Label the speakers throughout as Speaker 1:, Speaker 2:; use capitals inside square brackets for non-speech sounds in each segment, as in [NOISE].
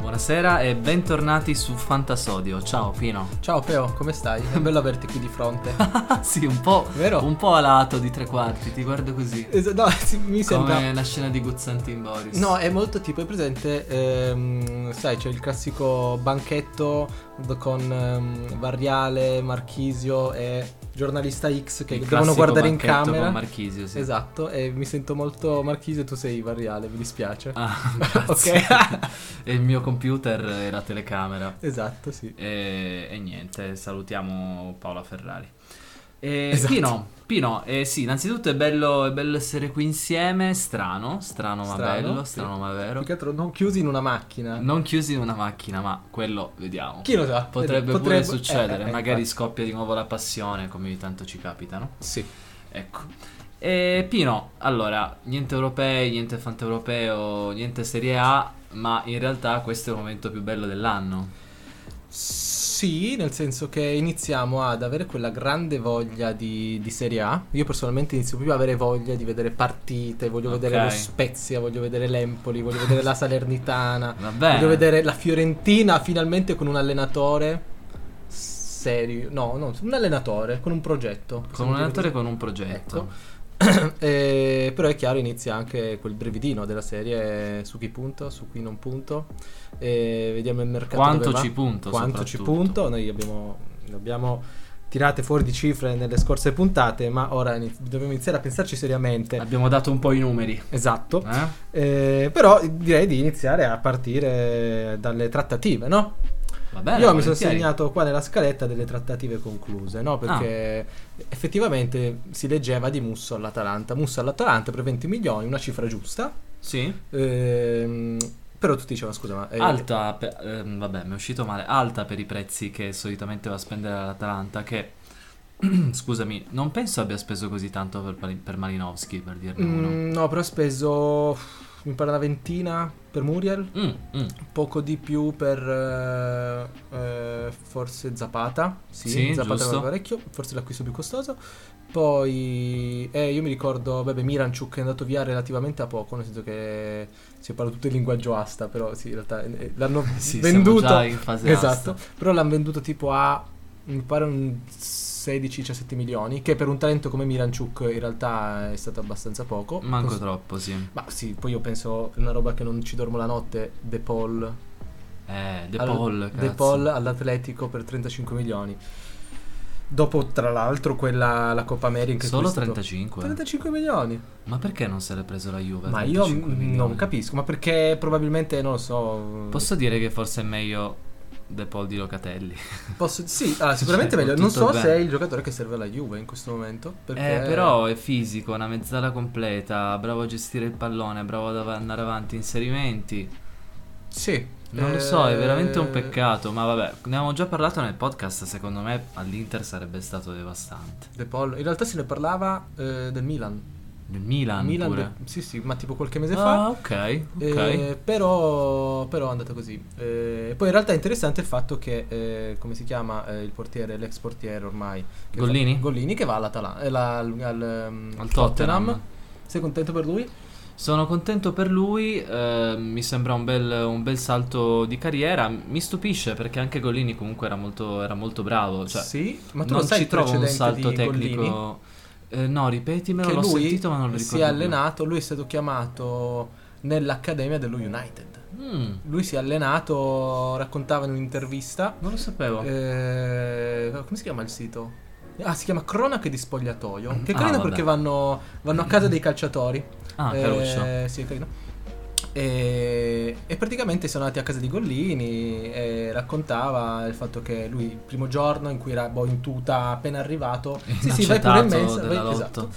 Speaker 1: buonasera e bentornati su Fantasodio. Ciao Pino.
Speaker 2: Ciao Peo, come stai? È bello averti qui di fronte.
Speaker 1: [LAUGHS] Ah, sì, un po',
Speaker 2: Vero?
Speaker 1: un po' alato di tre quarti, ti guardo così.
Speaker 2: [LAUGHS] Es- No, [LAUGHS] sì, mi
Speaker 1: Come
Speaker 2: sembra...
Speaker 1: la scena di Guzzanti in Boris.
Speaker 2: No, è molto tipo, è presente, ehm, sai, c'è il classico banchetto d- con ehm, Variale, Marchisio e giornalista X che
Speaker 1: Il
Speaker 2: devono
Speaker 1: classico
Speaker 2: guardare in
Speaker 1: banchetto
Speaker 2: camera.
Speaker 1: Con Marchisio, sì.
Speaker 2: Esatto, e mi sento molto Marchisio e tu sei Variale, mi dispiace.
Speaker 1: Ah, [LAUGHS] grazie.
Speaker 2: [LAUGHS] Esatto, Ok.
Speaker 1: e il mio computer e la telecamera.
Speaker 2: Esatto, sì.
Speaker 1: E, e niente, salutiamo Paola Ferrari. E
Speaker 2: Esatto.
Speaker 1: Pino, Pino eh, sì, innanzitutto è bello, è bello essere qui insieme, strano, strano ma
Speaker 2: Strano,
Speaker 1: bello,
Speaker 2: sì.
Speaker 1: strano ma
Speaker 2: Più
Speaker 1: vero.
Speaker 2: che altro non chiusi in una macchina.
Speaker 1: Non chiusi in una macchina, ma quello vediamo.
Speaker 2: Chi lo sa?
Speaker 1: Potrebbe, pure
Speaker 2: Vedi, potrebbe-
Speaker 1: succedere,
Speaker 2: eh, eh,
Speaker 1: magari
Speaker 2: infatti.
Speaker 1: scoppia di nuovo la passione, come ogni tanto ci capita, no?
Speaker 2: Sì.
Speaker 1: Ecco. E Pino, allora, niente europei, niente fanteuropeo, niente Serie A, ma in realtà questo è il momento più bello dell'anno.
Speaker 2: Sì, nel senso che iniziamo ad avere quella grande voglia di, di Serie A. Io personalmente inizio più a avere voglia di vedere partite, voglio
Speaker 1: Ok.
Speaker 2: vedere lo Spezia, voglio vedere l'Empoli, voglio vedere
Speaker 1: [LAUGHS]
Speaker 2: la Salernitana,
Speaker 1: Va bene.
Speaker 2: voglio vedere la Fiorentina finalmente con un allenatore serio. No, no, un allenatore con un progetto.
Speaker 1: Con un allenatore con un progetto.
Speaker 2: [COUGHS] Ecco. Eh, però è chiaro inizia anche quel brevidino della serie su chi punto, su chi non punto. Eh, vediamo il mercato
Speaker 1: Quanto
Speaker 2: dove va.
Speaker 1: ci punto?
Speaker 2: quanto ci
Speaker 1: soprattutto.
Speaker 2: punto. Noi abbiamo, ne abbiamo tirate fuori di cifre nelle scorse puntate, ma ora ini- dobbiamo iniziare a pensarci seriamente.
Speaker 1: Abbiamo dato un po' i numeri.
Speaker 2: Esatto.
Speaker 1: eh?
Speaker 2: Eh, però direi di iniziare a partire dalle trattative, no?
Speaker 1: Va bene.
Speaker 2: Io mi sono
Speaker 1: Eh, volentieri.
Speaker 2: segnato qua nella scaletta delle trattative concluse, no? Perché
Speaker 1: Ah.
Speaker 2: effettivamente si leggeva di Musso all'Atalanta. Musso all'Atalanta per 20 milioni, una cifra giusta.
Speaker 1: Sì.
Speaker 2: Ehm, però tutti dicevano, scusa, ma... eh,
Speaker 1: Alta, per- ehm, vabbè, mi è uscito male. Alta per i prezzi che solitamente va a spendere l'Atalanta. Che, [CLEARS THROAT] scusami, non penso abbia speso così tanto per, Pali- per Malinowski, per dirne uno.
Speaker 2: Mm, no, però ha speso mi pare una ventina per Muriel,
Speaker 1: Mm, mm.
Speaker 2: poco di più per eh, eh, forse Zapata. Sì,
Speaker 1: Sì,
Speaker 2: Zapata
Speaker 1: giusto.
Speaker 2: era parecchio, forse l'acquisto più costoso. Poi eh, io mi ricordo, vabbè, Miranchuk è andato via relativamente a poco, nel senso che si parla tutto in linguaggio asta, però sì, in realtà eh, l'hanno
Speaker 1: [LAUGHS] Sì, siamo
Speaker 2: venduto
Speaker 1: già in fase
Speaker 2: Esatto,
Speaker 1: asta.
Speaker 2: però l'hanno venduto tipo a mi pare un 16-17 milioni, che per un talento come Miranchuk in realtà è stato abbastanza poco.
Speaker 1: Manco
Speaker 2: Cos-
Speaker 1: troppo, sì.
Speaker 2: Ma sì, poi io penso una roba che non ci dormo la notte, De Paul.
Speaker 1: Eh, De
Speaker 2: al-
Speaker 1: Paul.
Speaker 2: De
Speaker 1: cazzo.
Speaker 2: Paul all'Atletico per 35 milioni. Dopo tra l'altro quella la Coppa America in cui
Speaker 1: Solo
Speaker 2: è stato-
Speaker 1: 35.
Speaker 2: 35 milioni.
Speaker 1: Ma perché non se l'è preso la Juve?
Speaker 2: Ma io
Speaker 1: 35
Speaker 2: mm,
Speaker 1: milioni?
Speaker 2: non capisco, ma perché probabilmente non lo so.
Speaker 1: Posso dire che forse è meglio De Paul di Locatelli.
Speaker 2: Posso- sì, allora, sicuramente
Speaker 1: Cioè,
Speaker 2: meglio. Non
Speaker 1: tutto
Speaker 2: so
Speaker 1: bene.
Speaker 2: se è il giocatore che serve alla Juve in questo momento. Perché
Speaker 1: Eh, però è fisico, una mezzala completa, bravo a gestire il pallone, bravo ad av- andare avanti, inserimenti.
Speaker 2: Sì.
Speaker 1: Non
Speaker 2: eh,
Speaker 1: lo so, è veramente un peccato, ma vabbè, ne avevamo già parlato nel podcast, secondo me all'Inter sarebbe stato devastante.
Speaker 2: eh, De Paul. In realtà se ne parlava eh, del Milan.
Speaker 1: Nel Milan,
Speaker 2: Milan
Speaker 1: pure.
Speaker 2: de- sì, sì, ma tipo qualche mese fa.
Speaker 1: Ah, ok, ok.
Speaker 2: Eh, però, però è andata così. Eh, poi in realtà è interessante il fatto che, eh, come si chiama eh, il portiere, l'ex portiere ormai? che
Speaker 1: Gollini?
Speaker 2: fa- Gollini che va all'Atalanta, eh, al, ehm,
Speaker 1: Al Tottenham.
Speaker 2: Sei contento per lui?
Speaker 1: Sono contento per lui, eh, mi sembra un bel, un bel salto di carriera. Mi stupisce perché anche Golini comunque era molto, era molto bravo. Cioè,
Speaker 2: sì, ma tu
Speaker 1: non
Speaker 2: lo sai
Speaker 1: ci
Speaker 2: il
Speaker 1: trovo un
Speaker 2: precedente
Speaker 1: salto
Speaker 2: di
Speaker 1: tecnico.
Speaker 2: Gollini?
Speaker 1: Eh, no, ripetimelo,
Speaker 2: che
Speaker 1: l'ho
Speaker 2: lui
Speaker 1: sentito ma non lo ricordo.
Speaker 2: si è allenato, lui è stato chiamato nell'accademia dello United.
Speaker 1: più. Mm,
Speaker 2: Lui si è allenato, raccontava in un'intervista.
Speaker 1: non lo sapevo.
Speaker 2: eh, come si chiama il sito? Ah, si chiama Cronache di Spogliatoio. Che è
Speaker 1: Ah,
Speaker 2: carino
Speaker 1: vabbè.
Speaker 2: perché vanno, vanno a casa dei calciatori.
Speaker 1: ah,
Speaker 2: Eh,
Speaker 1: Caruccio.
Speaker 2: Sì, è carino. E, e praticamente sono andati a casa di Gollini e raccontava il fatto che lui il primo giorno in cui era boh, in tuta appena arrivato sì sì vai pure in
Speaker 1: Accettato
Speaker 2: mensa
Speaker 1: della
Speaker 2: vai,
Speaker 1: Lotto.
Speaker 2: esatto,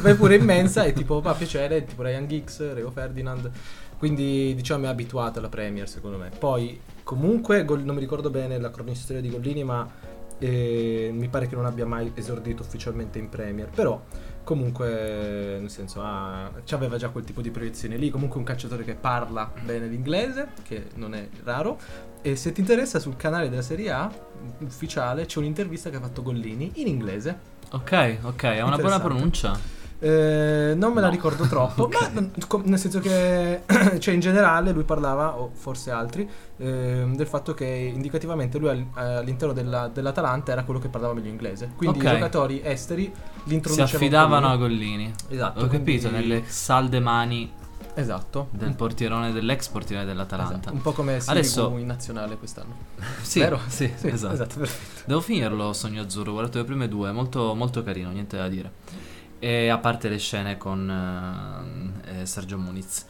Speaker 2: [LAUGHS] vai pure in mensa e tipo fa piacere tipo Ryan Giggs Reo Ferdinand quindi diciamo è abituato alla Premier secondo me poi comunque Gol- non mi ricordo bene la cronistoria di Gollini ma eh, mi pare che non abbia mai esordito ufficialmente in Premier però comunque nel senso ah, aveva già quel tipo di proiezione lì comunque un calciatore che parla bene l'inglese che non è raro e se ti interessa sul canale della Serie A ufficiale c'è un'intervista che ha fatto Gollini in inglese
Speaker 1: Ok, ok, ha una buona
Speaker 2: Interessante.
Speaker 1: pronuncia.
Speaker 2: Eh, non me la
Speaker 1: No.
Speaker 2: ricordo
Speaker 1: [LAUGHS]
Speaker 2: troppo, ma com- nel senso che, [CLEARS THROAT] cioè in generale lui parlava, o forse altri, ehm, del fatto che indicativamente lui all- all'interno della- dell'Atalanta era quello che parlava meglio inglese. Quindi
Speaker 1: Ok.
Speaker 2: i giocatori esteri li
Speaker 1: Si
Speaker 2: introducevano.
Speaker 1: affidavano a
Speaker 2: con
Speaker 1: Gollini.
Speaker 2: lui. Esatto.
Speaker 1: Ho
Speaker 2: quindi-
Speaker 1: capito, nelle salde mani
Speaker 2: Esatto.
Speaker 1: del portierone, dell'ex portiere
Speaker 2: Esatto,
Speaker 1: dell'Atalanta.
Speaker 2: Un po' come Sirigu
Speaker 1: Adesso-
Speaker 2: in nazionale quest'anno.
Speaker 1: [LAUGHS] Sì,
Speaker 2: Vero?
Speaker 1: sì,
Speaker 2: Sì,
Speaker 1: esatto.
Speaker 2: perfetto.
Speaker 1: Devo finirlo Sogno Azzurro, ho guardato le prime due, molto, molto carino, niente da dire. E a parte le scene con eh, eh, Sergio Muniz.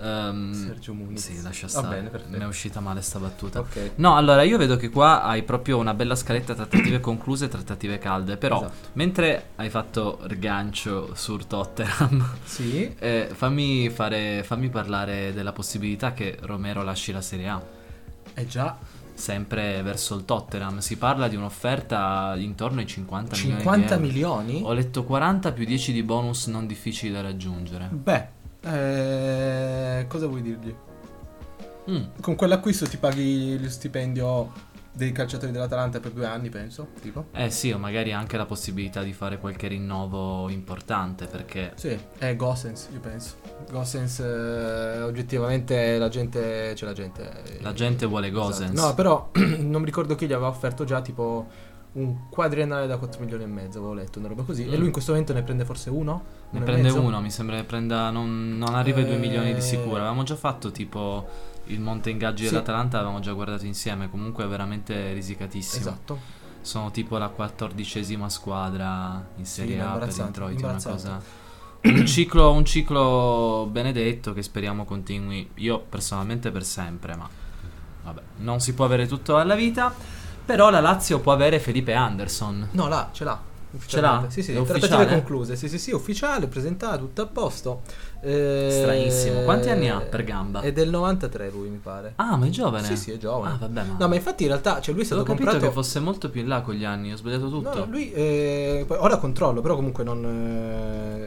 Speaker 1: Ehm,
Speaker 2: Sergio Muniz.
Speaker 1: Sì, lascia
Speaker 2: Va
Speaker 1: stare.
Speaker 2: bene, perfetto.
Speaker 1: Mi è uscita male sta battuta.
Speaker 2: Ok.
Speaker 1: No, allora io vedo che qua hai proprio una bella scaletta trattative concluse e trattative calde, però
Speaker 2: Esatto.
Speaker 1: mentre hai fatto il gancio su Tottenham, [LAUGHS]
Speaker 2: Sì.
Speaker 1: eh, fammi, fare, fammi parlare della possibilità che Romero lasci la Serie A,
Speaker 2: È già
Speaker 1: sempre verso il Tottenham, si parla di un'offerta intorno ai 50, milioni di
Speaker 2: 50
Speaker 1: euro.
Speaker 2: milioni?
Speaker 1: Ho letto 40 più 10 di bonus non difficili da raggiungere.
Speaker 2: Beh, eh, cosa vuoi dirgli?
Speaker 1: Mm,
Speaker 2: Con quell'acquisto ti paghi lo stipendio dei calciatori dell'Atalanta per due anni, penso. Tipo?
Speaker 1: Eh sì, o magari anche la possibilità di fare qualche rinnovo importante, perché
Speaker 2: Sì, è Gossens, io penso. Gossens, eh, oggettivamente, la gente. C'è la gente.
Speaker 1: la gente vuole
Speaker 2: Esatto.
Speaker 1: Gosens.
Speaker 2: No, però [CLEARS THROAT] non mi ricordo chi gli aveva offerto già tipo. Un quadriennale da 4 milioni e mezzo, avevo letto una roba così. E
Speaker 1: Mm.
Speaker 2: lui in questo momento ne prende forse uno?
Speaker 1: Ne
Speaker 2: e
Speaker 1: prende
Speaker 2: mezzo?
Speaker 1: uno, mi sembra che prenda. Non, non arriva ai 2
Speaker 2: Eh.
Speaker 1: milioni di sicuro. Avevamo già fatto tipo il monte ingaggi
Speaker 2: Sì.
Speaker 1: dell'Atalanta, avevamo già guardato insieme. Comunque è veramente risicatissimo.
Speaker 2: Esatto.
Speaker 1: Sono tipo la quattordicesima squadra in Serie A per
Speaker 2: imbarazzante,
Speaker 1: introiti. Una
Speaker 2: imbarazzante.
Speaker 1: cosa. Un ciclo, un ciclo benedetto che speriamo continui. Io personalmente per sempre, ma vabbè, non si può avere tutto alla vita. Però la Lazio può avere Felipe Anderson.
Speaker 2: No, là, ce l'ha. ufficialmente.
Speaker 1: l'ha?
Speaker 2: Sì, sì,
Speaker 1: È
Speaker 2: trattative
Speaker 1: ufficiale?
Speaker 2: concluse. Sì, sì, sì, ufficiale, presentata, tutto a posto. Eh,
Speaker 1: Stranissimo. Quanti anni ha per gamba?
Speaker 2: È del 93 lui, mi pare.
Speaker 1: Ah, ma è giovane.
Speaker 2: Sì, sì, è giovane.
Speaker 1: Ah, vabbè, ma.
Speaker 2: No, ma infatti in realtà, cioè lui è
Speaker 1: Ho
Speaker 2: stato
Speaker 1: capito
Speaker 2: comprato
Speaker 1: che fosse molto più in là con gli anni, ho sbagliato tutto.
Speaker 2: No,
Speaker 1: No,
Speaker 2: lui eh, poi- ora controllo, però comunque non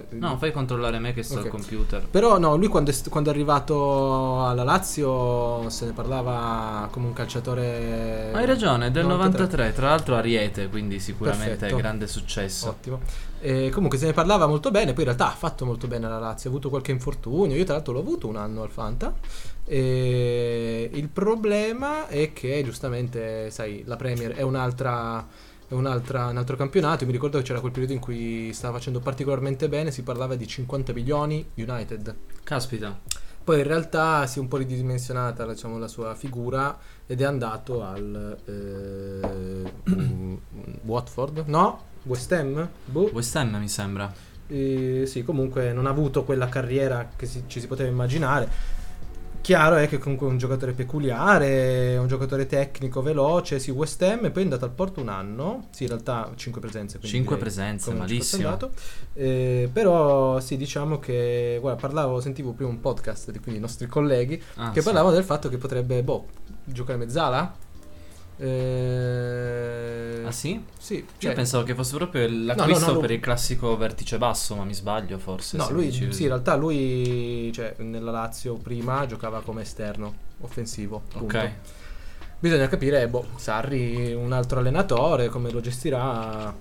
Speaker 2: eh,
Speaker 1: fai controllare me che sto
Speaker 2: Ok.
Speaker 1: al computer.
Speaker 2: Però no, lui quando è, st- quando è arrivato alla Lazio se ne parlava come un calciatore
Speaker 1: Hai ragione, è del
Speaker 2: 93.
Speaker 1: 93, tra l'altro Ariete, quindi sicuramente
Speaker 2: Perfetto.
Speaker 1: grande successo.
Speaker 2: Ottimo. E comunque se ne parlava molto bene, poi in realtà ha fatto molto bene la Lazio, ha avuto qualche infortunio, io tra l'altro l'ho avuto un anno al Fanta. E il problema è che giustamente, sai, la Premier è un'altra è un'altra- un altro campionato, io mi ricordo che c'era quel periodo in cui stava facendo particolarmente bene, si parlava di 50 milioni United.
Speaker 1: Caspita.
Speaker 2: Poi in realtà si è un po' ridimensionata diciamo, la sua figura ed è andato al eh, [CLEARS THROAT] um, Watford, no? West Ham? Boh.
Speaker 1: West Ham mi sembra.
Speaker 2: Eh, sì, comunque non ha avuto quella carriera che si- ci si poteva immaginare. Chiaro è che comunque è un giocatore peculiare, è un giocatore tecnico, veloce, sì, West Ham, e poi è andato al Porto un anno, sì, in realtà 5 presenze. quindi
Speaker 1: 5
Speaker 2: direi
Speaker 1: presenze,
Speaker 2: come ci fosse
Speaker 1: malissimo.
Speaker 2: andato. Eh, però sì, diciamo che, guarda, parlavo, sentivo prima un podcast di quindi i nostri colleghi
Speaker 1: Ah,
Speaker 2: che
Speaker 1: sì.
Speaker 2: parlavano del fatto che potrebbe, boh, giocare mezzala. Eh,
Speaker 1: Ah sì?
Speaker 2: Sì,
Speaker 1: Io
Speaker 2: cioè-
Speaker 1: pensavo che fosse proprio l'acquisto
Speaker 2: No, no, no,
Speaker 1: per
Speaker 2: lui-
Speaker 1: il classico vertice basso, ma mi sbaglio forse.
Speaker 2: No,
Speaker 1: se
Speaker 2: lui,
Speaker 1: dici-
Speaker 2: sì, in realtà lui, cioè, nella Lazio prima giocava come esterno offensivo. punto.
Speaker 1: Ok.
Speaker 2: Bisogna capire, boh, Sarri, un altro allenatore, come lo gestirà.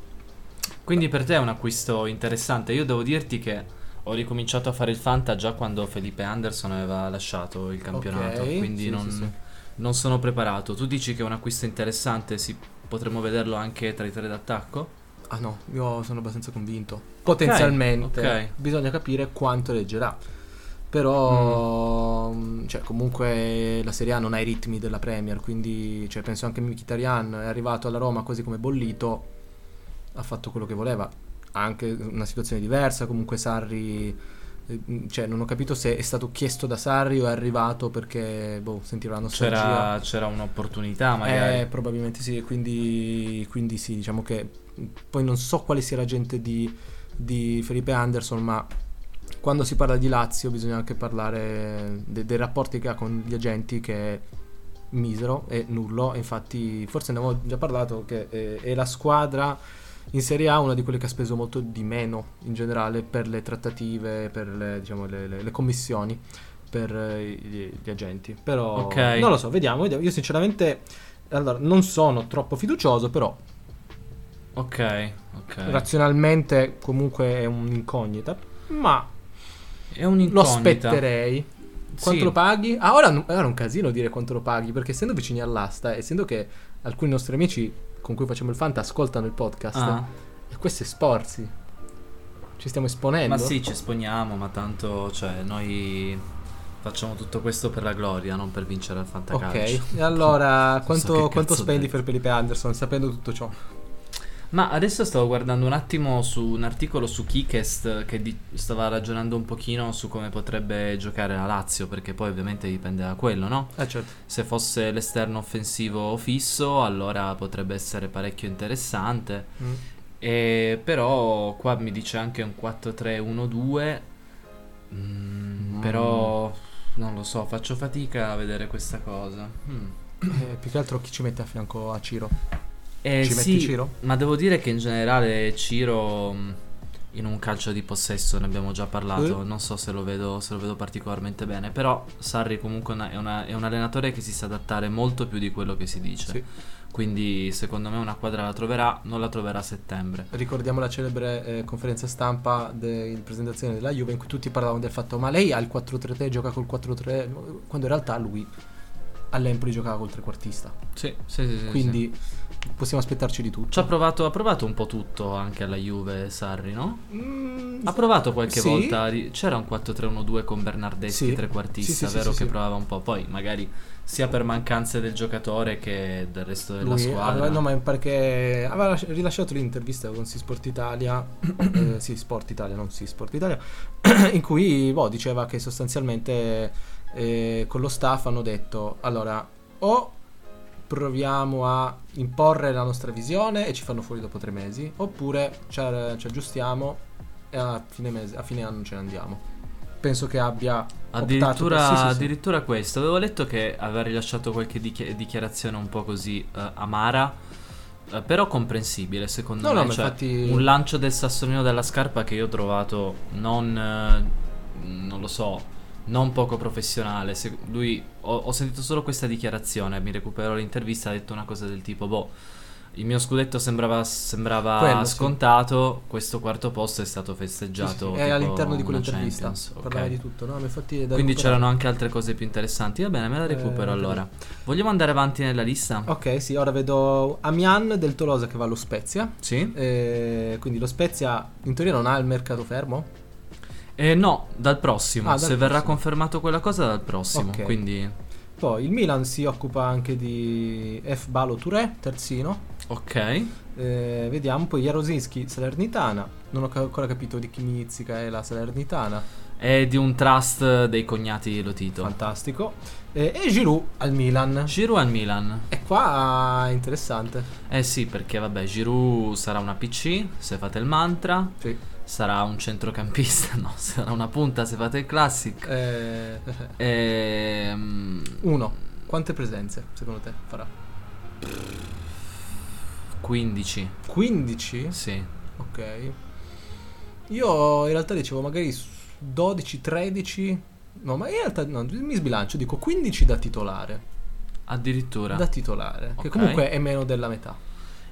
Speaker 1: Quindi per te è un acquisto interessante. Io devo dirti che ho ricominciato a fare il Fanta già quando Felipe Anderson aveva lasciato il campionato.
Speaker 2: Ok,
Speaker 1: Quindi
Speaker 2: sì,
Speaker 1: non,
Speaker 2: sì, sì.
Speaker 1: non sono preparato. Tu dici che è un acquisto interessante, si- potremmo vederlo anche tra i tre d'attacco?
Speaker 2: Ah no, io sono abbastanza convinto. Potenzialmente,
Speaker 1: ok.
Speaker 2: bisogna capire quanto leggerà. Però,
Speaker 1: Mm.
Speaker 2: mh, cioè, comunque la Serie A non ha i ritmi della Premier, quindi cioè, penso anche Mkhitaryan è arrivato alla Roma quasi come bollito, ha fatto quello che voleva. Ha anche una situazione diversa, comunque Sarri... eh, mh, Cioè, non ho capito se è stato chiesto da Sarri o è arrivato perché boh, sentiva la nostalgia.
Speaker 1: C'era, c'era un'opportunità magari.
Speaker 2: Eh, probabilmente sì, e quindi, quindi sì, diciamo che poi non so quale sia la gente di, di Felipe Anderson, ma quando si parla di Lazio bisogna anche parlare de- dei rapporti che ha con gli agenti che è misero e nullo, e infatti forse ne avevo già parlato che eh, è la squadra in Serie A una di quelle che ha speso molto di meno in generale per le trattative, per le, diciamo, le- le- le commissioni. Per eh, gli, gli agenti, però
Speaker 1: Ok.
Speaker 2: non lo so, vediamo, vediamo. Io sinceramente allora, non sono troppo fiducioso, però
Speaker 1: Ok, ok.
Speaker 2: Razionalmente comunque è un'incognita, ma
Speaker 1: È un'incognita.
Speaker 2: lo aspetterei. Quanto
Speaker 1: Sì.
Speaker 2: lo paghi? Ah, ora, ora è un casino dire quanto lo paghi, perché essendo vicini all'asta, essendo che alcuni nostri amici con cui facciamo il fanta ascoltano il podcast,
Speaker 1: Ah,
Speaker 2: e questo è sforzi. Ci stiamo esponendo.
Speaker 1: ma sì, ci esponiamo, ma tanto, cioè, noi facciamo tutto questo per la gloria, non per vincere al fantacalcio.
Speaker 2: Ok, e allora
Speaker 1: so che
Speaker 2: quanto,
Speaker 1: cazzo
Speaker 2: quanto
Speaker 1: ho
Speaker 2: spendi
Speaker 1: detto.
Speaker 2: per Felipe Anderson sapendo tutto ciò?
Speaker 1: Ma adesso stavo guardando un attimo su un articolo su Kikest che di- stava ragionando un pochino su come potrebbe giocare la Lazio, perché poi ovviamente dipende da quello, no?
Speaker 2: Ah certo.
Speaker 1: Se fosse l'esterno offensivo fisso, allora potrebbe essere parecchio interessante.
Speaker 2: Mm.
Speaker 1: E però qua mi dice anche un 4-3-1-2. Mm,
Speaker 2: Mm.
Speaker 1: Però non lo so, faccio fatica a vedere questa cosa. Mm.
Speaker 2: Eh, più che altro chi ci mette a fianco a Ciro?
Speaker 1: Eh,
Speaker 2: ci
Speaker 1: sì,
Speaker 2: metti Ciro?
Speaker 1: Ma devo dire che in generale Ciro mh, in un calcio di possesso ne abbiamo già parlato,
Speaker 2: Eh?
Speaker 1: non so se lo, vedo, se lo vedo particolarmente bene, però Sarri comunque è una- è, una- è un allenatore che si sa adattare molto più di quello che si dice,
Speaker 2: Sì.
Speaker 1: quindi secondo me una quadra la troverà, non la troverà a settembre.
Speaker 2: Ricordiamo la celebre eh, conferenza stampa de- in presentazione della Juve in cui tutti parlavano del fatto ma lei ha il 4-3-3, gioca col 4-3, quando in realtà lui all'Empoli giocava col trequartista.
Speaker 1: Sì, sì, sì. sì, Eh, sì.
Speaker 2: Quindi possiamo aspettarci di tutto.
Speaker 1: Ci ha provato, ha provato un po' tutto anche alla Juve Sarri, no?
Speaker 2: Mm,
Speaker 1: Ha provato qualche
Speaker 2: Sì.
Speaker 1: volta, a ri- c'era un 4-3-1-2 con Bernardetti
Speaker 2: Sì.
Speaker 1: trequartista,
Speaker 2: Sì, sì, sì,
Speaker 1: vero
Speaker 2: sì,
Speaker 1: che
Speaker 2: sì.
Speaker 1: provava un po', poi magari sia per mancanze del giocatore che del resto della
Speaker 2: Lui
Speaker 1: squadra.
Speaker 2: aveva- no, ma è perché aveva lasci- rilasciato l'intervista con Si Sport Italia,
Speaker 1: [CLEARS THROAT]
Speaker 2: eh, sì, Sport Italia, non Si Sport Italia, [CLEARS THROAT] in cui boh, diceva che sostanzialmente eh, con lo staff hanno detto allora o proviamo a imporre la nostra visione e ci fanno fuori dopo tre mesi, oppure ci, a- ci aggiustiamo e a fine, mese- a fine anno ce ne andiamo. Penso che abbia optato per-
Speaker 1: Addirittura,
Speaker 2: sì, sì, sì.
Speaker 1: addirittura questo, avevo letto che aveva rilasciato qualche dichi- dichiarazione un po' così eh, amara, eh, però comprensibile secondo
Speaker 2: No,
Speaker 1: me.
Speaker 2: no, ma
Speaker 1: cioè,
Speaker 2: infatti-
Speaker 1: Un lancio del sassolino dalla scarpa che io ho trovato non, eh, non lo so, non poco professionale. Se- lui, ho, ho sentito solo questa dichiarazione, mi recupero l'intervista, ha detto una cosa del tipo, boh, il mio scudetto sembrava, sembrava
Speaker 2: Quello, sì.
Speaker 1: scontato, questo quarto posto è stato festeggiato.
Speaker 2: Sì, sì, è
Speaker 1: tipo
Speaker 2: all'interno di
Speaker 1: una
Speaker 2: quell'intervista.
Speaker 1: Champions, ok.
Speaker 2: Parlava di tutto, no? Ma infatti è da
Speaker 1: Quindi
Speaker 2: recuperare.
Speaker 1: c'erano anche altre cose più interessanti. Va bene, me la
Speaker 2: Eh,
Speaker 1: recupero
Speaker 2: vabbè.
Speaker 1: allora. Vogliamo andare avanti nella lista?
Speaker 2: Ok, sì, ora vedo Amian del Tolosa che va allo Spezia.
Speaker 1: Sì.
Speaker 2: Eh, quindi lo Spezia in teoria non ha il mercato fermo.
Speaker 1: Eh, no, dal prossimo.
Speaker 2: Ah, dal
Speaker 1: Se verrà
Speaker 2: prossimo.
Speaker 1: confermato quella cosa, dal prossimo.
Speaker 2: Ok.
Speaker 1: Quindi,
Speaker 2: Poi il Milan si occupa anche di F. Balo Touré, terzino.
Speaker 1: ok.
Speaker 2: Eh, vediamo poi Jarosinski, Salernitana. Non ho ca- ancora capito di chi mizzica è la Salernitana.
Speaker 1: È di un trust dei cognati Lotito.
Speaker 2: Fantastico. Eh, e Giroud al Milan.
Speaker 1: Giroud al Milan.
Speaker 2: E qua è interessante.
Speaker 1: Eh sì, perché vabbè, Giroud sarà una PC se fate il mantra.
Speaker 2: Sì.
Speaker 1: Sarà un centrocampista, [LAUGHS] no, sarà una punta se fate il classic.
Speaker 2: Eh, [LAUGHS]
Speaker 1: Ehm,
Speaker 2: uno. Quante presenze secondo te farà?
Speaker 1: 15.
Speaker 2: 15?
Speaker 1: Sì.
Speaker 2: Ok. Io in realtà dicevo magari s- 12, 13. No, ma in realtà no, mi sbilancio, dico 15 da titolare.
Speaker 1: Addirittura.
Speaker 2: Da titolare, che
Speaker 1: Ok.
Speaker 2: comunque è meno della metà.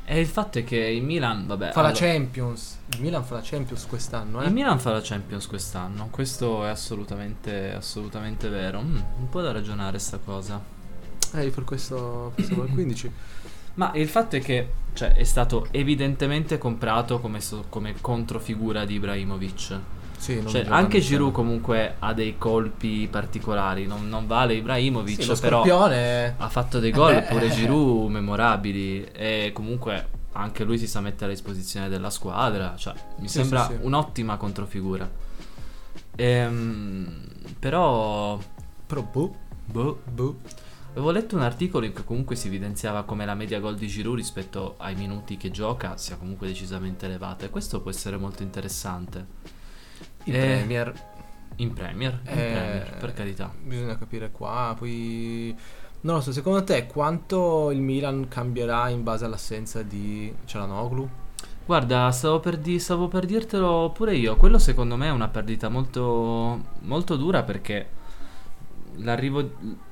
Speaker 1: E il fatto è che il Milan, vabbè,
Speaker 2: Fa la
Speaker 1: Eh, allora-
Speaker 2: Champions. Il Milan fa la Champions quest'anno, eh.
Speaker 1: il Milan fa la Champions quest'anno, questo è assolutamente, assolutamente vero. Mm, un po' da ragionare sta cosa.
Speaker 2: Eh, per questo pensavo al 15.
Speaker 1: Ma il fatto è che cioè, è stato evidentemente comprato come, so- come controfigura di Ibrahimovic.
Speaker 2: Sì, non
Speaker 1: Cioè,
Speaker 2: gioca
Speaker 1: anche
Speaker 2: nessuno.
Speaker 1: Giroud comunque ha dei colpi particolari, non, non vale Ibrahimovic,
Speaker 2: Sì, lo
Speaker 1: però Ah.
Speaker 2: scorpione.
Speaker 1: ha fatto dei gol
Speaker 2: Eh beh,
Speaker 1: pure
Speaker 2: eh.
Speaker 1: Giroud memorabili e comunque anche lui si sa mettere a disposizione della squadra, cioè mi
Speaker 2: Sì,
Speaker 1: sembra
Speaker 2: sì, sì.
Speaker 1: un'ottima controfigura. Ehm, però
Speaker 2: Però boh,
Speaker 1: boh,
Speaker 2: boh.
Speaker 1: avevo letto un articolo in cui comunque si evidenziava come la media gol di Giroud rispetto ai minuti che gioca sia comunque decisamente elevata e questo può essere molto interessante
Speaker 2: Il
Speaker 1: Eh,
Speaker 2: Premier.
Speaker 1: in Premier, in
Speaker 2: Eh,
Speaker 1: Premier per carità.
Speaker 2: Bisogna capire qua, poi non lo so, secondo te quanto il Milan cambierà in base all'assenza di Cialanoglu?
Speaker 1: Guarda, stavo per, di- stavo per dirtelo pure io. Quello secondo me è una perdita molto, molto dura perché l'arrivo.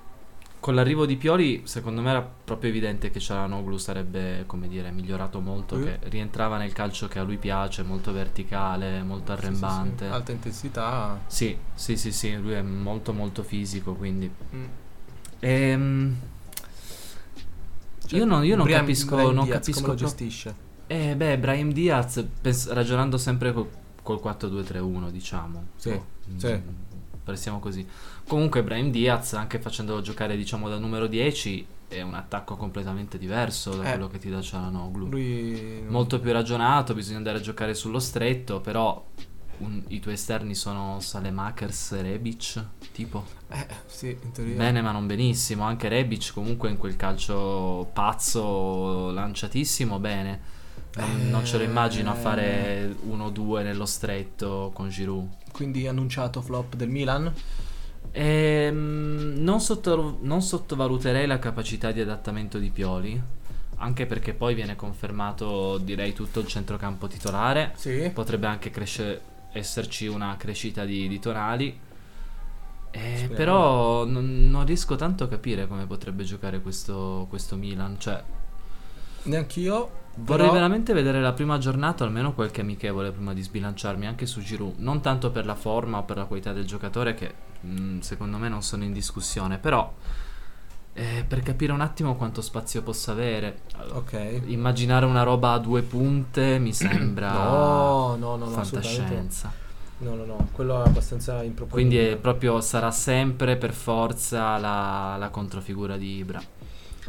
Speaker 1: con l'arrivo di Pioli, secondo me era proprio evidente che Cialanoglu sarebbe, come dire, migliorato molto,
Speaker 2: Mm.
Speaker 1: che rientrava nel calcio che a lui piace, molto verticale, molto
Speaker 2: Sì, sì, sì.
Speaker 1: arrembante.
Speaker 2: Alta intensità.
Speaker 1: Sì, sì, sì, sì, lui è molto molto fisico, quindi...
Speaker 2: Mm.
Speaker 1: Ehm,
Speaker 2: Cioè,
Speaker 1: io non, io non
Speaker 2: Brian-
Speaker 1: capisco,
Speaker 2: Brian
Speaker 1: non
Speaker 2: Diaz
Speaker 1: capisco...
Speaker 2: come lo
Speaker 1: pro-
Speaker 2: gestisce.
Speaker 1: eh, beh, Brian Diaz, pens- ragionando sempre col, col 4-2-3-1, diciamo.
Speaker 2: Sì,
Speaker 1: No?
Speaker 2: sì.
Speaker 1: Mm, Pensiamo così. Comunque, Brian Diaz, anche facendolo giocare, diciamo, da numero 10, è un attacco completamente diverso da
Speaker 2: Eh.
Speaker 1: quello che ti dà Cialanoglu.
Speaker 2: Lui non-
Speaker 1: Molto più ragionato, bisogna andare a giocare sullo stretto, però un- i tuoi esterni sono Salemakers e Rebic, tipo.
Speaker 2: eh, sì, in teoria.
Speaker 1: Bene, ma non benissimo. Anche Rebic, comunque, in quel calcio pazzo, lanciatissimo, bene. Non, non ce lo immagino a fare 1-2 nello stretto con Giroud.
Speaker 2: Quindi annunciato flop del Milan.
Speaker 1: Ehm, non, sottor- non sottovaluterei la capacità di adattamento di Pioli, anche perché poi viene confermato, direi, tutto il centrocampo titolare.
Speaker 2: Sì.
Speaker 1: Potrebbe anche cresce- esserci una crescita di, di tonali. Eh,
Speaker 2: Speriamo.
Speaker 1: però non, non riesco tanto a capire come potrebbe giocare questo, questo Milan. Cioè,
Speaker 2: Neanch'io.
Speaker 1: vorrei
Speaker 2: però-
Speaker 1: veramente vedere la prima giornata, almeno qualche amichevole, prima di sbilanciarmi anche su Giroud. Non tanto per la forma o per la qualità del giocatore, che mm, secondo me non sono in discussione, però eh, per capire un attimo quanto spazio possa avere. Allora,
Speaker 2: Ok.
Speaker 1: Immaginare una roba a due punte mi sembra
Speaker 2: [CLEARS THROAT] No, no, no, no, assolutamente.
Speaker 1: Ah, fantascienza.
Speaker 2: No, no, no, quello è abbastanza improponibile.
Speaker 1: Quindi è proprio sarà sempre per forza la, la controfigura di Ibra.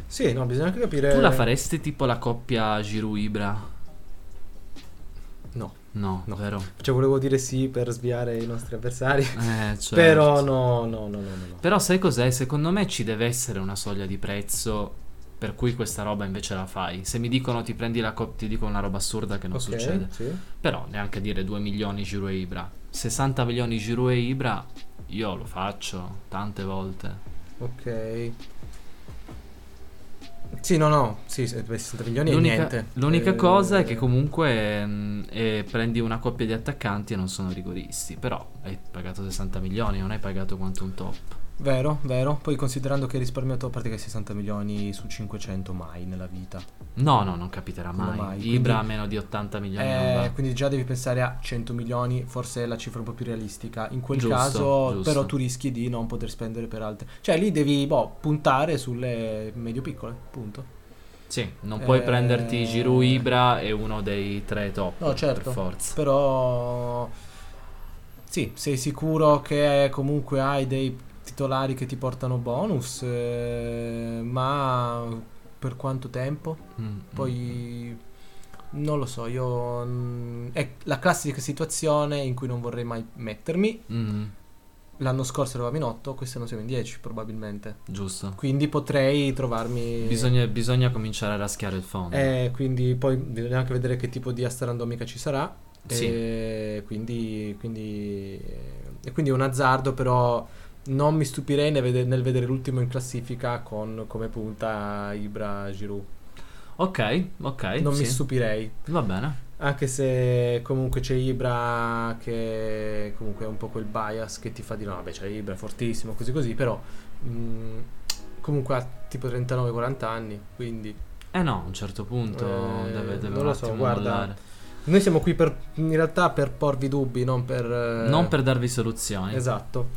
Speaker 2: Sì, no, bisogna anche capire
Speaker 1: Tu la faresti tipo la coppia Giroud-Ibra?
Speaker 2: No.
Speaker 1: No,
Speaker 2: No.
Speaker 1: vero?
Speaker 2: Cioè volevo dire sì per sviare i nostri avversari. [LAUGHS]
Speaker 1: Eh, certo.
Speaker 2: Però no, no, no, no, no. no.
Speaker 1: Però sai cos'è? Secondo me ci deve essere una soglia di prezzo per cui questa roba invece la fai. Se mi dicono ti prendi la coppia, ti dico una roba assurda che non
Speaker 2: ok,
Speaker 1: succede.
Speaker 2: sì.
Speaker 1: Però neanche dire 2 milioni Giroud e Ibra. 60 milioni Giroud e Ibra, io lo faccio tante volte.
Speaker 2: Ok. Sì, no, no, sì, se- per 60 milioni è
Speaker 1: L'unica,
Speaker 2: niente.
Speaker 1: l'unica
Speaker 2: Eh,
Speaker 1: cosa è che comunque mh, eh, prendi una coppia di attaccanti e non sono rigoristi, però hai pagato 60 milioni, non hai pagato quanto un top.
Speaker 2: Vero, vero. Poi considerando che hai risparmiato a parte che 60 milioni su 500 mai nella vita.
Speaker 1: No, no, non capiterà
Speaker 2: Come
Speaker 1: mai.
Speaker 2: mai?
Speaker 1: Ibra
Speaker 2: Quindi-
Speaker 1: a meno di 80 milioni non
Speaker 2: Eh,
Speaker 1: va.
Speaker 2: quindi già devi pensare a 100 milioni, forse è la cifra un po' più realistica. In quel
Speaker 1: Giusto,
Speaker 2: caso,
Speaker 1: giusto.
Speaker 2: però, tu rischi di non poter spendere per altre. Cioè, lì devi boh, puntare sulle medio-piccole, punto.
Speaker 1: Sì, non puoi
Speaker 2: eh,
Speaker 1: prenderti Giroud, Ibra e uno dei tre top.
Speaker 2: No, certo.
Speaker 1: Per forza.
Speaker 2: Però, sì, sei sicuro che comunque hai dei titolari che ti portano bonus, eh, ma per quanto tempo?
Speaker 1: Mm, mm.
Speaker 2: Poi non lo so, io mm, è la classica situazione in cui non vorrei mai mettermi.
Speaker 1: Mm,
Speaker 2: L'anno scorso eravamo in 8, quest'anno siamo in 10 probabilmente.
Speaker 1: giusto.
Speaker 2: Quindi potrei trovarmi
Speaker 1: Bisogna, bisogna cominciare a raschiare il fondo.
Speaker 2: eh, quindi poi bisogna anche vedere che tipo di asta randomica ci sarà.
Speaker 1: Sì.
Speaker 2: E quindi, quindi, e quindi è un azzardo, però non mi stupirei nel vede- nel vedere l'ultimo in classifica con come punta Ibra Giroud.
Speaker 1: Ok, ok.
Speaker 2: non mi
Speaker 1: Eh, sì.
Speaker 2: stupirei.
Speaker 1: Va bene.
Speaker 2: Anche se comunque c'è Ibra che comunque è un po' quel bias che ti fa dire no, vabbè c'è Ibra, è fortissimo, così così, però mh, comunque ha tipo 39-40 anni, quindi
Speaker 1: Eh no, a un certo punto
Speaker 2: Eh,
Speaker 1: deve, deve
Speaker 2: non
Speaker 1: un
Speaker 2: lo so,
Speaker 1: attimo
Speaker 2: guarda,
Speaker 1: mollare.
Speaker 2: noi siamo qui per, in realtà per porvi dubbi, non per... eh,
Speaker 1: Non per darvi soluzioni.
Speaker 2: Esatto.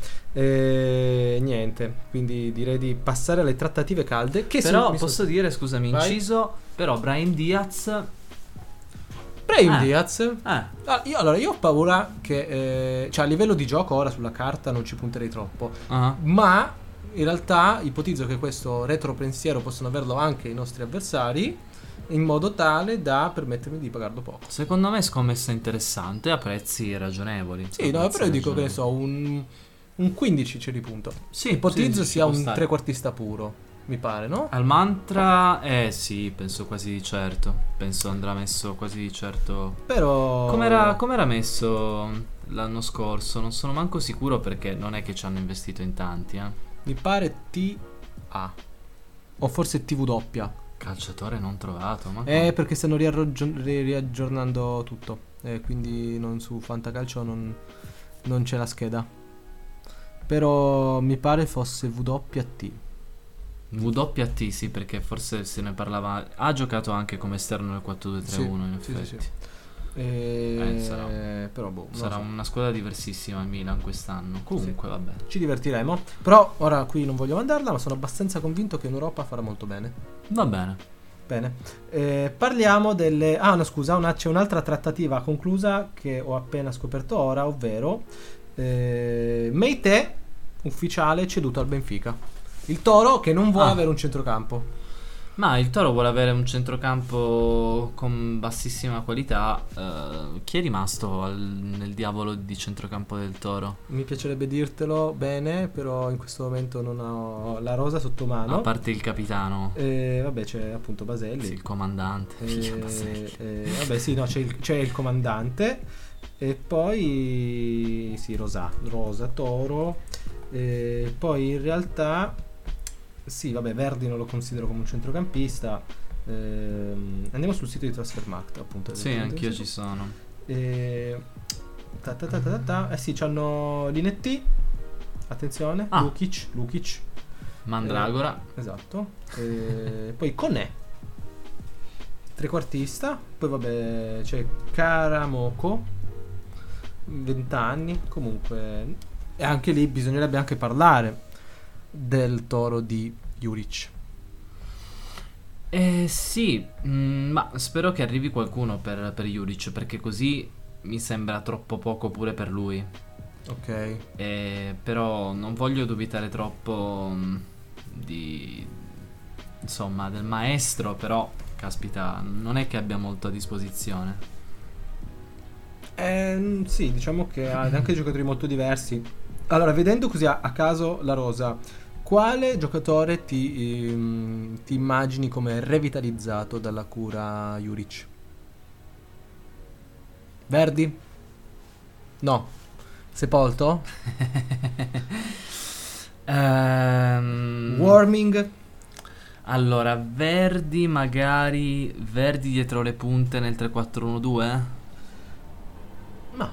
Speaker 2: E, niente, quindi direi di passare alle trattative calde. Che
Speaker 1: Però
Speaker 2: sono- mi
Speaker 1: posso
Speaker 2: sono-
Speaker 1: dire, scusami,
Speaker 2: Vai.
Speaker 1: inciso, però Brian Diaz...
Speaker 2: Brahim
Speaker 1: Eh.
Speaker 2: Diaz.
Speaker 1: Eh,
Speaker 2: Ah, io, allora, io ho paura che... eh, cioè a livello di gioco ora sulla carta non ci punterei troppo.
Speaker 1: ah,
Speaker 2: Ma in realtà ipotizzo che questo retropensiero possono averlo anche i nostri avversari in modo tale da permettermi di pagarlo poco.
Speaker 1: secondo me è scommessa interessante a prezzi ragionevoli.
Speaker 2: Sì,
Speaker 1: A
Speaker 2: no,
Speaker 1: prezzi
Speaker 2: però io dico che ne
Speaker 1: ragionevoli.
Speaker 2: so, un, un 15 ce li punto.
Speaker 1: Sì,
Speaker 2: Ipotizzo
Speaker 1: sì, ci
Speaker 2: sia
Speaker 1: può
Speaker 2: un
Speaker 1: stare.
Speaker 2: trequartista puro, mi pare, no?
Speaker 1: Al mantra, eh sì, penso quasi di certo. Penso andrà messo quasi di certo.
Speaker 2: Però...
Speaker 1: Com'era, com'era messo l'anno scorso? Non sono manco sicuro perché non è che ci hanno investito in tanti, eh. Ah,
Speaker 2: Mi pare TA. O forse TV doppia.
Speaker 1: Calciatore non trovato, ma.
Speaker 2: Eh, perché stanno riarrogio- ri- riaggiornando tutto. Eh, quindi non su Fantacalcio non, non c'è la scheda. Però mi pare fosse WT.
Speaker 1: WT sì, perché forse se ne parlava. Ha giocato anche come esterno nel 4-2-3-1,
Speaker 2: Sì,
Speaker 1: in
Speaker 2: sì,
Speaker 1: effetti.
Speaker 2: sì, sì. E-
Speaker 1: Eh, sarà-
Speaker 2: Però boh, non lo
Speaker 1: Sarà
Speaker 2: so.
Speaker 1: una squadra diversissima il Milan quest'anno. Comunque, vabbè.
Speaker 2: Ci divertiremo. Però ora qui non voglio mandarla, ma sono abbastanza convinto che in Europa farà molto bene.
Speaker 1: Va bene.
Speaker 2: Bene. Eh, parliamo delle. Ah, no, scusa, una- c'è un'altra trattativa conclusa che ho appena scoperto ora, ovvero eh, Meite, ufficiale, ceduto al Benfica. Il Toro che non vuole
Speaker 1: Ah.
Speaker 2: avere un centrocampo.
Speaker 1: Ma il Toro vuole avere un centrocampo con bassissima qualità. eh, chi è rimasto al- nel diavolo di centrocampo del Toro?
Speaker 2: Mi piacerebbe dirtelo bene, però in questo momento non ho la rosa sotto
Speaker 1: A
Speaker 2: mano.
Speaker 1: parte il capitano,
Speaker 2: Eh, vabbè, c'è appunto Baselli.
Speaker 1: sì, il comandante. [LAUGHS] Minchia, Baselli.
Speaker 2: Eh, eh, vabbè, sì, no, c'è il, c'è il comandante. E poi sì, Rosa, Rosa Toro. eh, poi in realtà, sì, vabbè, Verdi non lo considero come un centrocampista. ehm, andiamo sul sito di Transfermarkt, appunto.
Speaker 1: Sì, anch'io ci sono.
Speaker 2: Eh, ta ta ta ta ta ta. Eh sì, c'hanno Linetti. Attenzione,
Speaker 1: Ah.
Speaker 2: Lukic, Lukic,
Speaker 1: Mandragora.
Speaker 2: Esatto. E poi Conè, trequartista. Poi vabbè, c'è Karamoko, 20 anni. Comunque, e anche lì bisognerebbe anche parlare del toro di Juric.
Speaker 1: Eh sì, mm, ma spero che arrivi qualcuno per, per Juric, perché così mi sembra troppo poco pure per lui.
Speaker 2: Ok.
Speaker 1: Eh, però non voglio dubitare troppo mm, di... insomma, del maestro, però, caspita, non è che abbia molto a disposizione.
Speaker 2: Ehm, sì, diciamo che ha
Speaker 1: [CLEARS THROAT]
Speaker 2: anche giocatori molto diversi. Allora, vedendo così a, a caso la rosa, quale giocatore ti, ehm, ti immagini come revitalizzato dalla cura Juric? Verdi? No. Sepolto?
Speaker 1: Ehm,
Speaker 2: Warming?
Speaker 1: Allora, Verdi magari... Verdi dietro le punte nel 3-4-1-2?
Speaker 2: Ma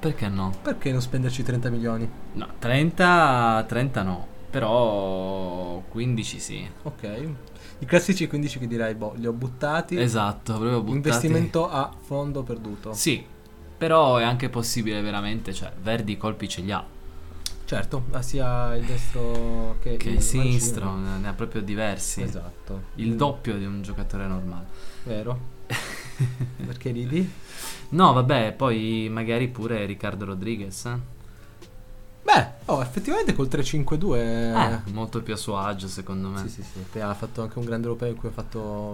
Speaker 1: Perché no?
Speaker 2: perché non spenderci 30 milioni?
Speaker 1: No, 30, 30 no, però 15 sì.
Speaker 2: Ok. I classici 15 che direi, boh, li ho buttati.
Speaker 1: Esatto, proprio buttati.
Speaker 2: Investimento a fondo perduto.
Speaker 1: Sì, però è anche possibile veramente, cioè Verdi i colpi ce li ha,
Speaker 2: Certo, ah, sia il destro che,
Speaker 1: che
Speaker 2: il
Speaker 1: il sinistro
Speaker 2: mancino.
Speaker 1: ne ne ha proprio diversi.
Speaker 2: Eh, Esatto.
Speaker 1: Il doppio di un giocatore normale.
Speaker 2: Vero.
Speaker 1: [LAUGHS]
Speaker 2: Perché ridi?
Speaker 1: No, vabbè, poi magari pure Riccardo Rodriguez. Eh?
Speaker 2: Beh, oh, effettivamente col 3-5-2...
Speaker 1: Eh, molto più a suo agio secondo me.
Speaker 2: Sì, sì, sì. Poi Ha fatto anche un grande europeo in cui ha fatto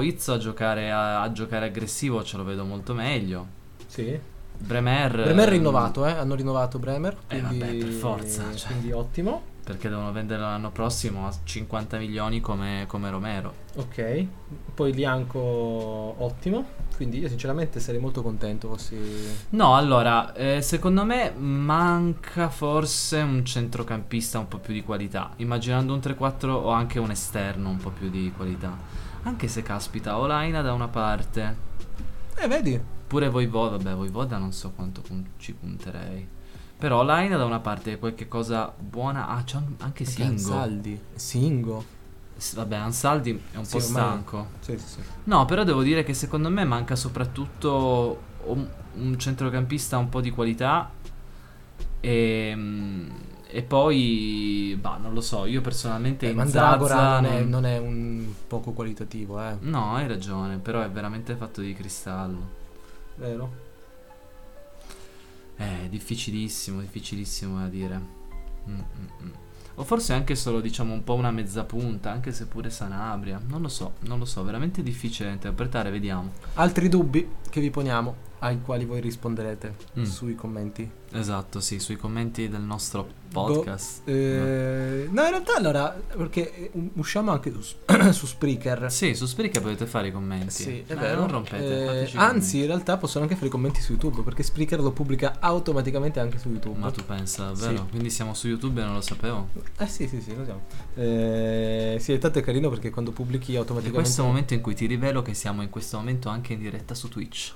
Speaker 1: Izzo, Izzo a, giocare, a, a giocare aggressivo ce lo vedo molto meglio. Eh,
Speaker 2: Sì.
Speaker 1: Bremer...
Speaker 2: Bremer
Speaker 1: ehm,
Speaker 2: rinnovato, eh. Hanno rinnovato Bremer.
Speaker 1: Eh,
Speaker 2: Quindi,
Speaker 1: vabbè, per forza, cioè.
Speaker 2: Quindi ottimo.
Speaker 1: Perché devono venderlo l'anno prossimo a 50 milioni come, come Romero.
Speaker 2: Ok. Poi Lianco ottimo. Quindi io sinceramente sarei molto contento fossi...
Speaker 1: No, allora, eh, secondo me manca forse un centrocampista un po' più di qualità. Immaginando un 3-4 o anche un esterno un po' più di qualità. Anche se caspita, Olaina da una parte.
Speaker 2: Eh, vedi?
Speaker 1: Pure Voivoda, vabbè, Voivoda non so quanto pun- ci punterei. Però Olaina da una parte è qualche cosa buona. Ah, c'è an- anche
Speaker 2: Anche
Speaker 1: Singo.
Speaker 2: Ansaldi. Singo.
Speaker 1: S- Vabbè, Ansaldi è un
Speaker 2: Sì,
Speaker 1: po'
Speaker 2: ormai-
Speaker 1: stanco.
Speaker 2: Sì, sì, sì.
Speaker 1: No, però devo dire che secondo me manca soprattutto un, un centrocampista un po' di qualità e, mm, e poi, bah, non lo so, io personalmente
Speaker 2: Eh,
Speaker 1: in
Speaker 2: Mandragora
Speaker 1: Zaza
Speaker 2: non è,
Speaker 1: non-
Speaker 2: non è un poco qualitativo, eh.
Speaker 1: No, hai ragione, però è veramente fatto di cristallo.
Speaker 2: Vero?
Speaker 1: Eh, È difficilissimo, difficilissimo da dire. Mm, mm, mm. O forse anche solo, diciamo, un po' una mezza punta, anche se pure Sanabria. Non lo so, non lo so, veramente difficile da interpretare, vediamo.
Speaker 2: Altri dubbi che vi poniamo, ai quali voi risponderete
Speaker 1: Mm.
Speaker 2: sui commenti.
Speaker 1: Esatto, sì, sui commenti del nostro
Speaker 2: Boh.
Speaker 1: podcast.
Speaker 2: Eh, no. in realtà allora, perché eh, usciamo anche su, [CLEARS THROAT] su Spreaker.
Speaker 1: Sì, su Spreaker potete fare i commenti.
Speaker 2: Sì, è
Speaker 1: Eh,
Speaker 2: vero.
Speaker 1: Non rompete.
Speaker 2: Eh,
Speaker 1: fateci i
Speaker 2: anzi, in realtà possono anche fare i commenti su YouTube, perché Spreaker lo pubblica automaticamente anche su
Speaker 1: commenti.
Speaker 2: YouTube.
Speaker 1: Boh, ma tu pensa davvero?
Speaker 2: Sì.
Speaker 1: Quindi siamo su YouTube e non lo sapevo.
Speaker 2: Eh sì, sì, sì, lo siamo. Eh, sì, tanto è carino perché quando pubblichi
Speaker 1: È
Speaker 2: automaticamente...
Speaker 1: questo momento in cui ti rivelo che siamo in questo momento anche in diretta su Twitch.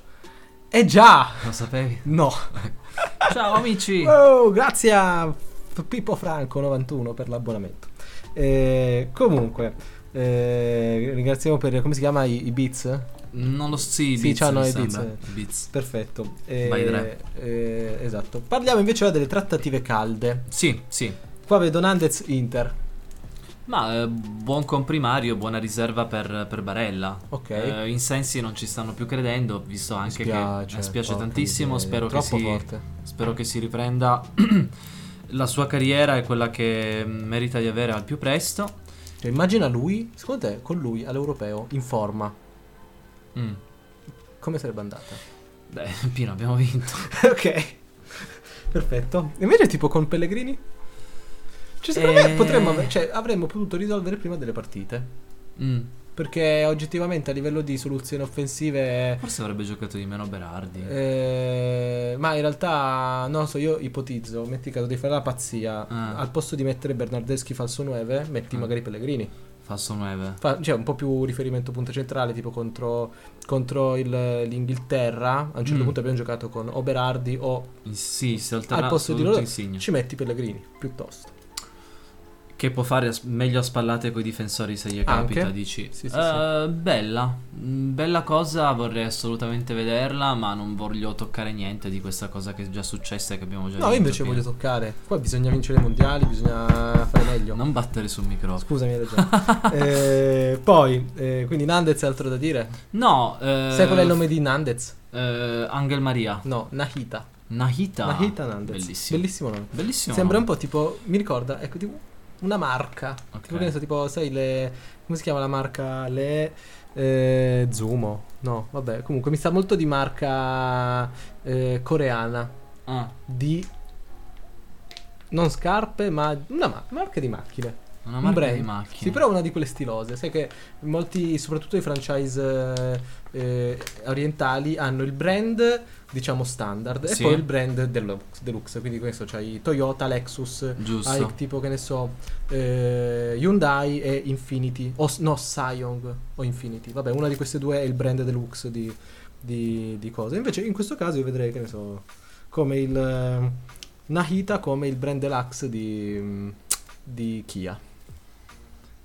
Speaker 2: Eh già!
Speaker 1: Lo sapevi?
Speaker 2: [LAUGHS] No!
Speaker 1: Ciao amici!
Speaker 2: Oh, grazie a F- Pippo Franco 91 per l'abbonamento. Eh, comunque, eh, ringraziamo per come si chiama i, i beats?
Speaker 1: Non lo so, sì,
Speaker 2: Sì,
Speaker 1: Beats,
Speaker 2: c'hanno
Speaker 1: mi
Speaker 2: i Beats. eh.
Speaker 1: sembra. Beats.
Speaker 2: Perfetto. Eh,
Speaker 1: Vai, Dre.
Speaker 2: eh, esatto. Parliamo invece ora delle trattative calde.
Speaker 1: Sì, sì.
Speaker 2: Qua vedo Nandez Inter.
Speaker 1: Ma eh, buon comprimario, buona riserva per, per Barella.
Speaker 2: Ok.
Speaker 1: Eh, in sensi non ci stanno più credendo, visto anche che eh, spiace
Speaker 2: porca
Speaker 1: tantissimo.
Speaker 2: miseria,
Speaker 1: Spero che,
Speaker 2: troppo
Speaker 1: si,
Speaker 2: forte.
Speaker 1: spero che si riprenda [CLEARS THROAT] la sua carriera e quella che mm, merita di avere al più presto.
Speaker 2: Cioè, immagina lui, secondo te, con lui all'europeo in forma,
Speaker 1: Mm.
Speaker 2: come sarebbe andata?
Speaker 1: Beh, [LAUGHS] Pino, abbiamo vinto.
Speaker 2: [LAUGHS] ok. Perfetto. Invece tipo con Pellegrini? Cioè, secondo
Speaker 1: Eh.
Speaker 2: me potremmo ave- cioè, avremmo potuto risolvere prima delle partite.
Speaker 1: Mm.
Speaker 2: Perché oggettivamente a livello di soluzioni offensive
Speaker 1: Forse avrebbe giocato di meno Berardi.
Speaker 2: Eh, ma in realtà, non lo so, io ipotizzo, metti caso di fare la pazzia,
Speaker 1: Ah.
Speaker 2: al posto di mettere Bernardeschi falso 9, metti
Speaker 1: Ah.
Speaker 2: magari Pellegrini.
Speaker 1: Falso 9.
Speaker 2: Fa- cioè, un po' più riferimento punto centrale, tipo contro, contro il- l'Inghilterra, a un certo
Speaker 1: Mm.
Speaker 2: punto abbiamo giocato con o Berardi o
Speaker 1: In- Sì, si
Speaker 2: al
Speaker 1: alterna
Speaker 2: posto di
Speaker 1: soprattutto
Speaker 2: loro
Speaker 1: Insigne.
Speaker 2: ci metti Pellegrini, piuttosto.
Speaker 1: Che può fare a s- meglio a spallate coi difensori se gli capita,
Speaker 2: Anche?
Speaker 1: dici.
Speaker 2: Ah, Sì, sì,
Speaker 1: Eh, Bella, Mm, bella cosa, vorrei assolutamente vederla, ma non voglio toccare niente di questa cosa che è già successa e che abbiamo già
Speaker 2: No, io
Speaker 1: vinto,
Speaker 2: invece
Speaker 1: quindi
Speaker 2: voglio toccare. Qua bisogna vincere i mondiali, bisogna fare meglio.
Speaker 1: Non battere sul microfono.
Speaker 2: Scusami, hai ragione. [LAUGHS] Eh, poi, eh, quindi Nandez ha altro da dire?
Speaker 1: No, eh,
Speaker 2: Sai qual è il nome di Nandez?
Speaker 1: eh, Angel Maria.
Speaker 2: No, Nahita.
Speaker 1: Nahita.
Speaker 2: Nahita Nandez.
Speaker 1: Bellissimo.
Speaker 2: Bellissimo. nome.
Speaker 1: Bellissimo.
Speaker 2: Sembra un po' tipo, mi ricorda, ecco, tipo una marca.
Speaker 1: Ok.
Speaker 2: Tipo, che ne so, tipo, sai le... come si chiama la marca? Le... eh, Zumo. No, vabbè, comunque mi sta molto di marca eh, coreana.
Speaker 1: Ah,
Speaker 2: Di... Non scarpe, ma una ma- marca di macchine.
Speaker 1: una
Speaker 2: Un
Speaker 1: marca
Speaker 2: brand.
Speaker 1: di macchine.
Speaker 2: Sì, però una di quelle stilose. Sai che molti, soprattutto i franchise eh, eh, orientali, hanno il brand, diciamo, standard
Speaker 1: Sì.
Speaker 2: e poi il brand deluxe. deluxe. Quindi questo c'hai Toyota, Lexus,
Speaker 1: Giusto.
Speaker 2: hai tipo che ne so, eh, Hyundai e Infinity. O s- no, Scion o Infinity. Vabbè, una di queste due è il brand deluxe di, di- di cose. Invece in questo caso io vedrei, che ne so, come il... eh, Nahita come il brand deluxe di, mm, di
Speaker 1: [LAUGHS]
Speaker 2: Kia.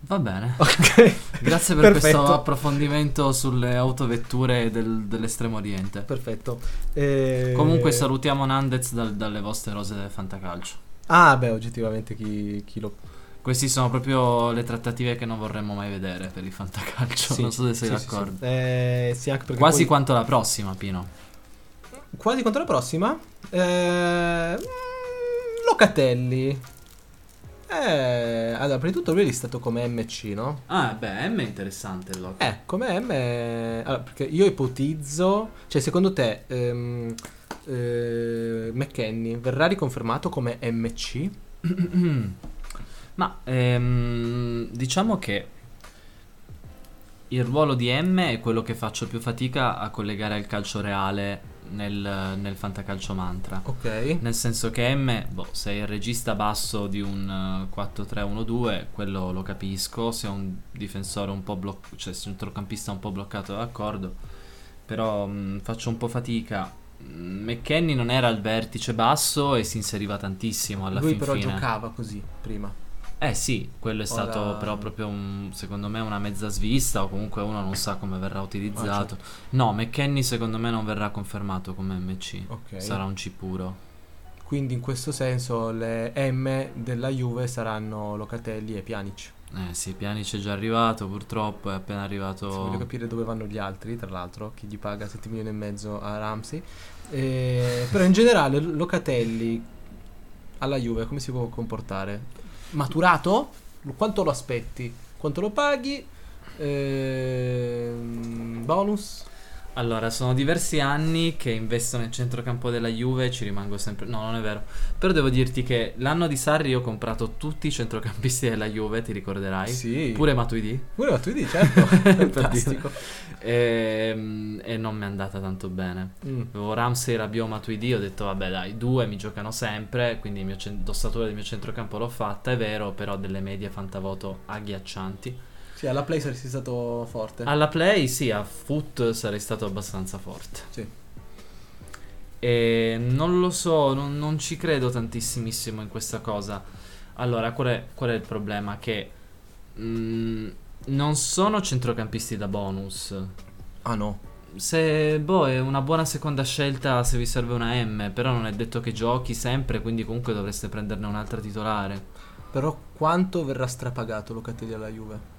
Speaker 1: Va bene.
Speaker 2: Ok.
Speaker 1: Grazie per
Speaker 2: Perfetto.
Speaker 1: questo approfondimento sulle autovetture del- dell'estremo oriente.
Speaker 2: Perfetto. Eh,
Speaker 1: Comunque salutiamo Nandez dal- dalle vostre rose del fantacalcio.
Speaker 2: Ah, beh, oggettivamente chi, chi lo.
Speaker 1: Queste sono proprio le trattative che non vorremmo mai vedere per il fantacalcio.
Speaker 2: Sì,
Speaker 1: Non so se sei
Speaker 2: sì, sì,
Speaker 1: d'accordo.
Speaker 2: Sì, Eh, sì, anche perché
Speaker 1: Quasi
Speaker 2: poi-
Speaker 1: quanto la prossima, Pino.
Speaker 2: quasi contro la prossima. Eh, mm, Locatelli. Eh, allora, prima di tutto lui è listato come MC, no?
Speaker 1: Ah, beh, M è interessante il lock.
Speaker 2: Eh, come M. eh, Allora, perché io ipotizzo. Cioè, secondo te. ehm, eh, McKenny verrà riconfermato come MC?
Speaker 1: Mm. Ma ehm, diciamo che il ruolo di M è quello che faccio più fatica a collegare al calcio reale nel, nel fantacalcio mantra.
Speaker 2: Ok.
Speaker 1: Nel senso che M, boh, se è il regista basso di un eh, 4-3-1-2, quello lo capisco, se è un difensore un po' bloccato, cioè se è un centrocampista un po' bloccato d'accordo, però mh, faccio un po' fatica. Mm, McKenny non era al vertice basso e si inseriva tantissimo alla
Speaker 2: Lui
Speaker 1: fin
Speaker 2: però
Speaker 1: fine.
Speaker 2: giocava così prima.
Speaker 1: Eh sì, quello è stato
Speaker 2: Ora-
Speaker 1: però proprio un- secondo me una mezza svista o comunque uno non sa come verrà utilizzato. No, McKenny secondo me non verrà confermato come MC.
Speaker 2: Ok.
Speaker 1: Sarà un C puro.
Speaker 2: Quindi in questo senso le M della Juve saranno Locatelli e Pjanic.
Speaker 1: Eh sì, Pjanic è già arrivato purtroppo, è appena
Speaker 2: Se voglio
Speaker 1: arrivato...
Speaker 2: capire dove vanno gli altri, tra l'altro, chi gli paga 7 milioni e mezzo a Ramsey. Eh, però in generale Locatelli alla Juve come si può comportare? Maturato? Quanto lo aspetti? Quanto lo paghi? Ehm, bonus?
Speaker 1: Allora, sono diversi anni che investo nel centrocampo della Juve e ci rimango sempre... No, non è vero. Però devo dirti che l'anno di Sarri io ho comprato tutti i centrocampisti [LAUGHS] della Juve, ti ricorderai?
Speaker 2: Sì. Pure,
Speaker 1: Pure Matuidi.
Speaker 2: pure la Twitty, certo. [LAUGHS] Fantastico.
Speaker 1: Ehm, E, non mi è andata tanto bene.
Speaker 2: Mm.
Speaker 1: Avevo Ramsey, Rabiot, Matuidi, ho detto vabbè dai, due mi giocano sempre, quindi il mio cen- l'ossatura del mio centrocampo l'ho fatta, è vero, però delle medie fantavoto agghiaccianti.
Speaker 2: Sì, alla Play saresti stato forte.
Speaker 1: Alla play, sì, a foot sarei stato abbastanza forte.
Speaker 2: Sì.
Speaker 1: E non lo so, non, non ci credo tantissimissimo in questa cosa. Allora, qual è, qual è il problema? Che mm, non sono centrocampisti da bonus.
Speaker 2: Ah no.
Speaker 1: Se boh, è una buona seconda scelta se vi serve una M, però non è detto che giochi sempre, quindi comunque dovreste prenderne un'altra titolare.
Speaker 2: Però quanto verrà strapagato Locatelli alla Juve?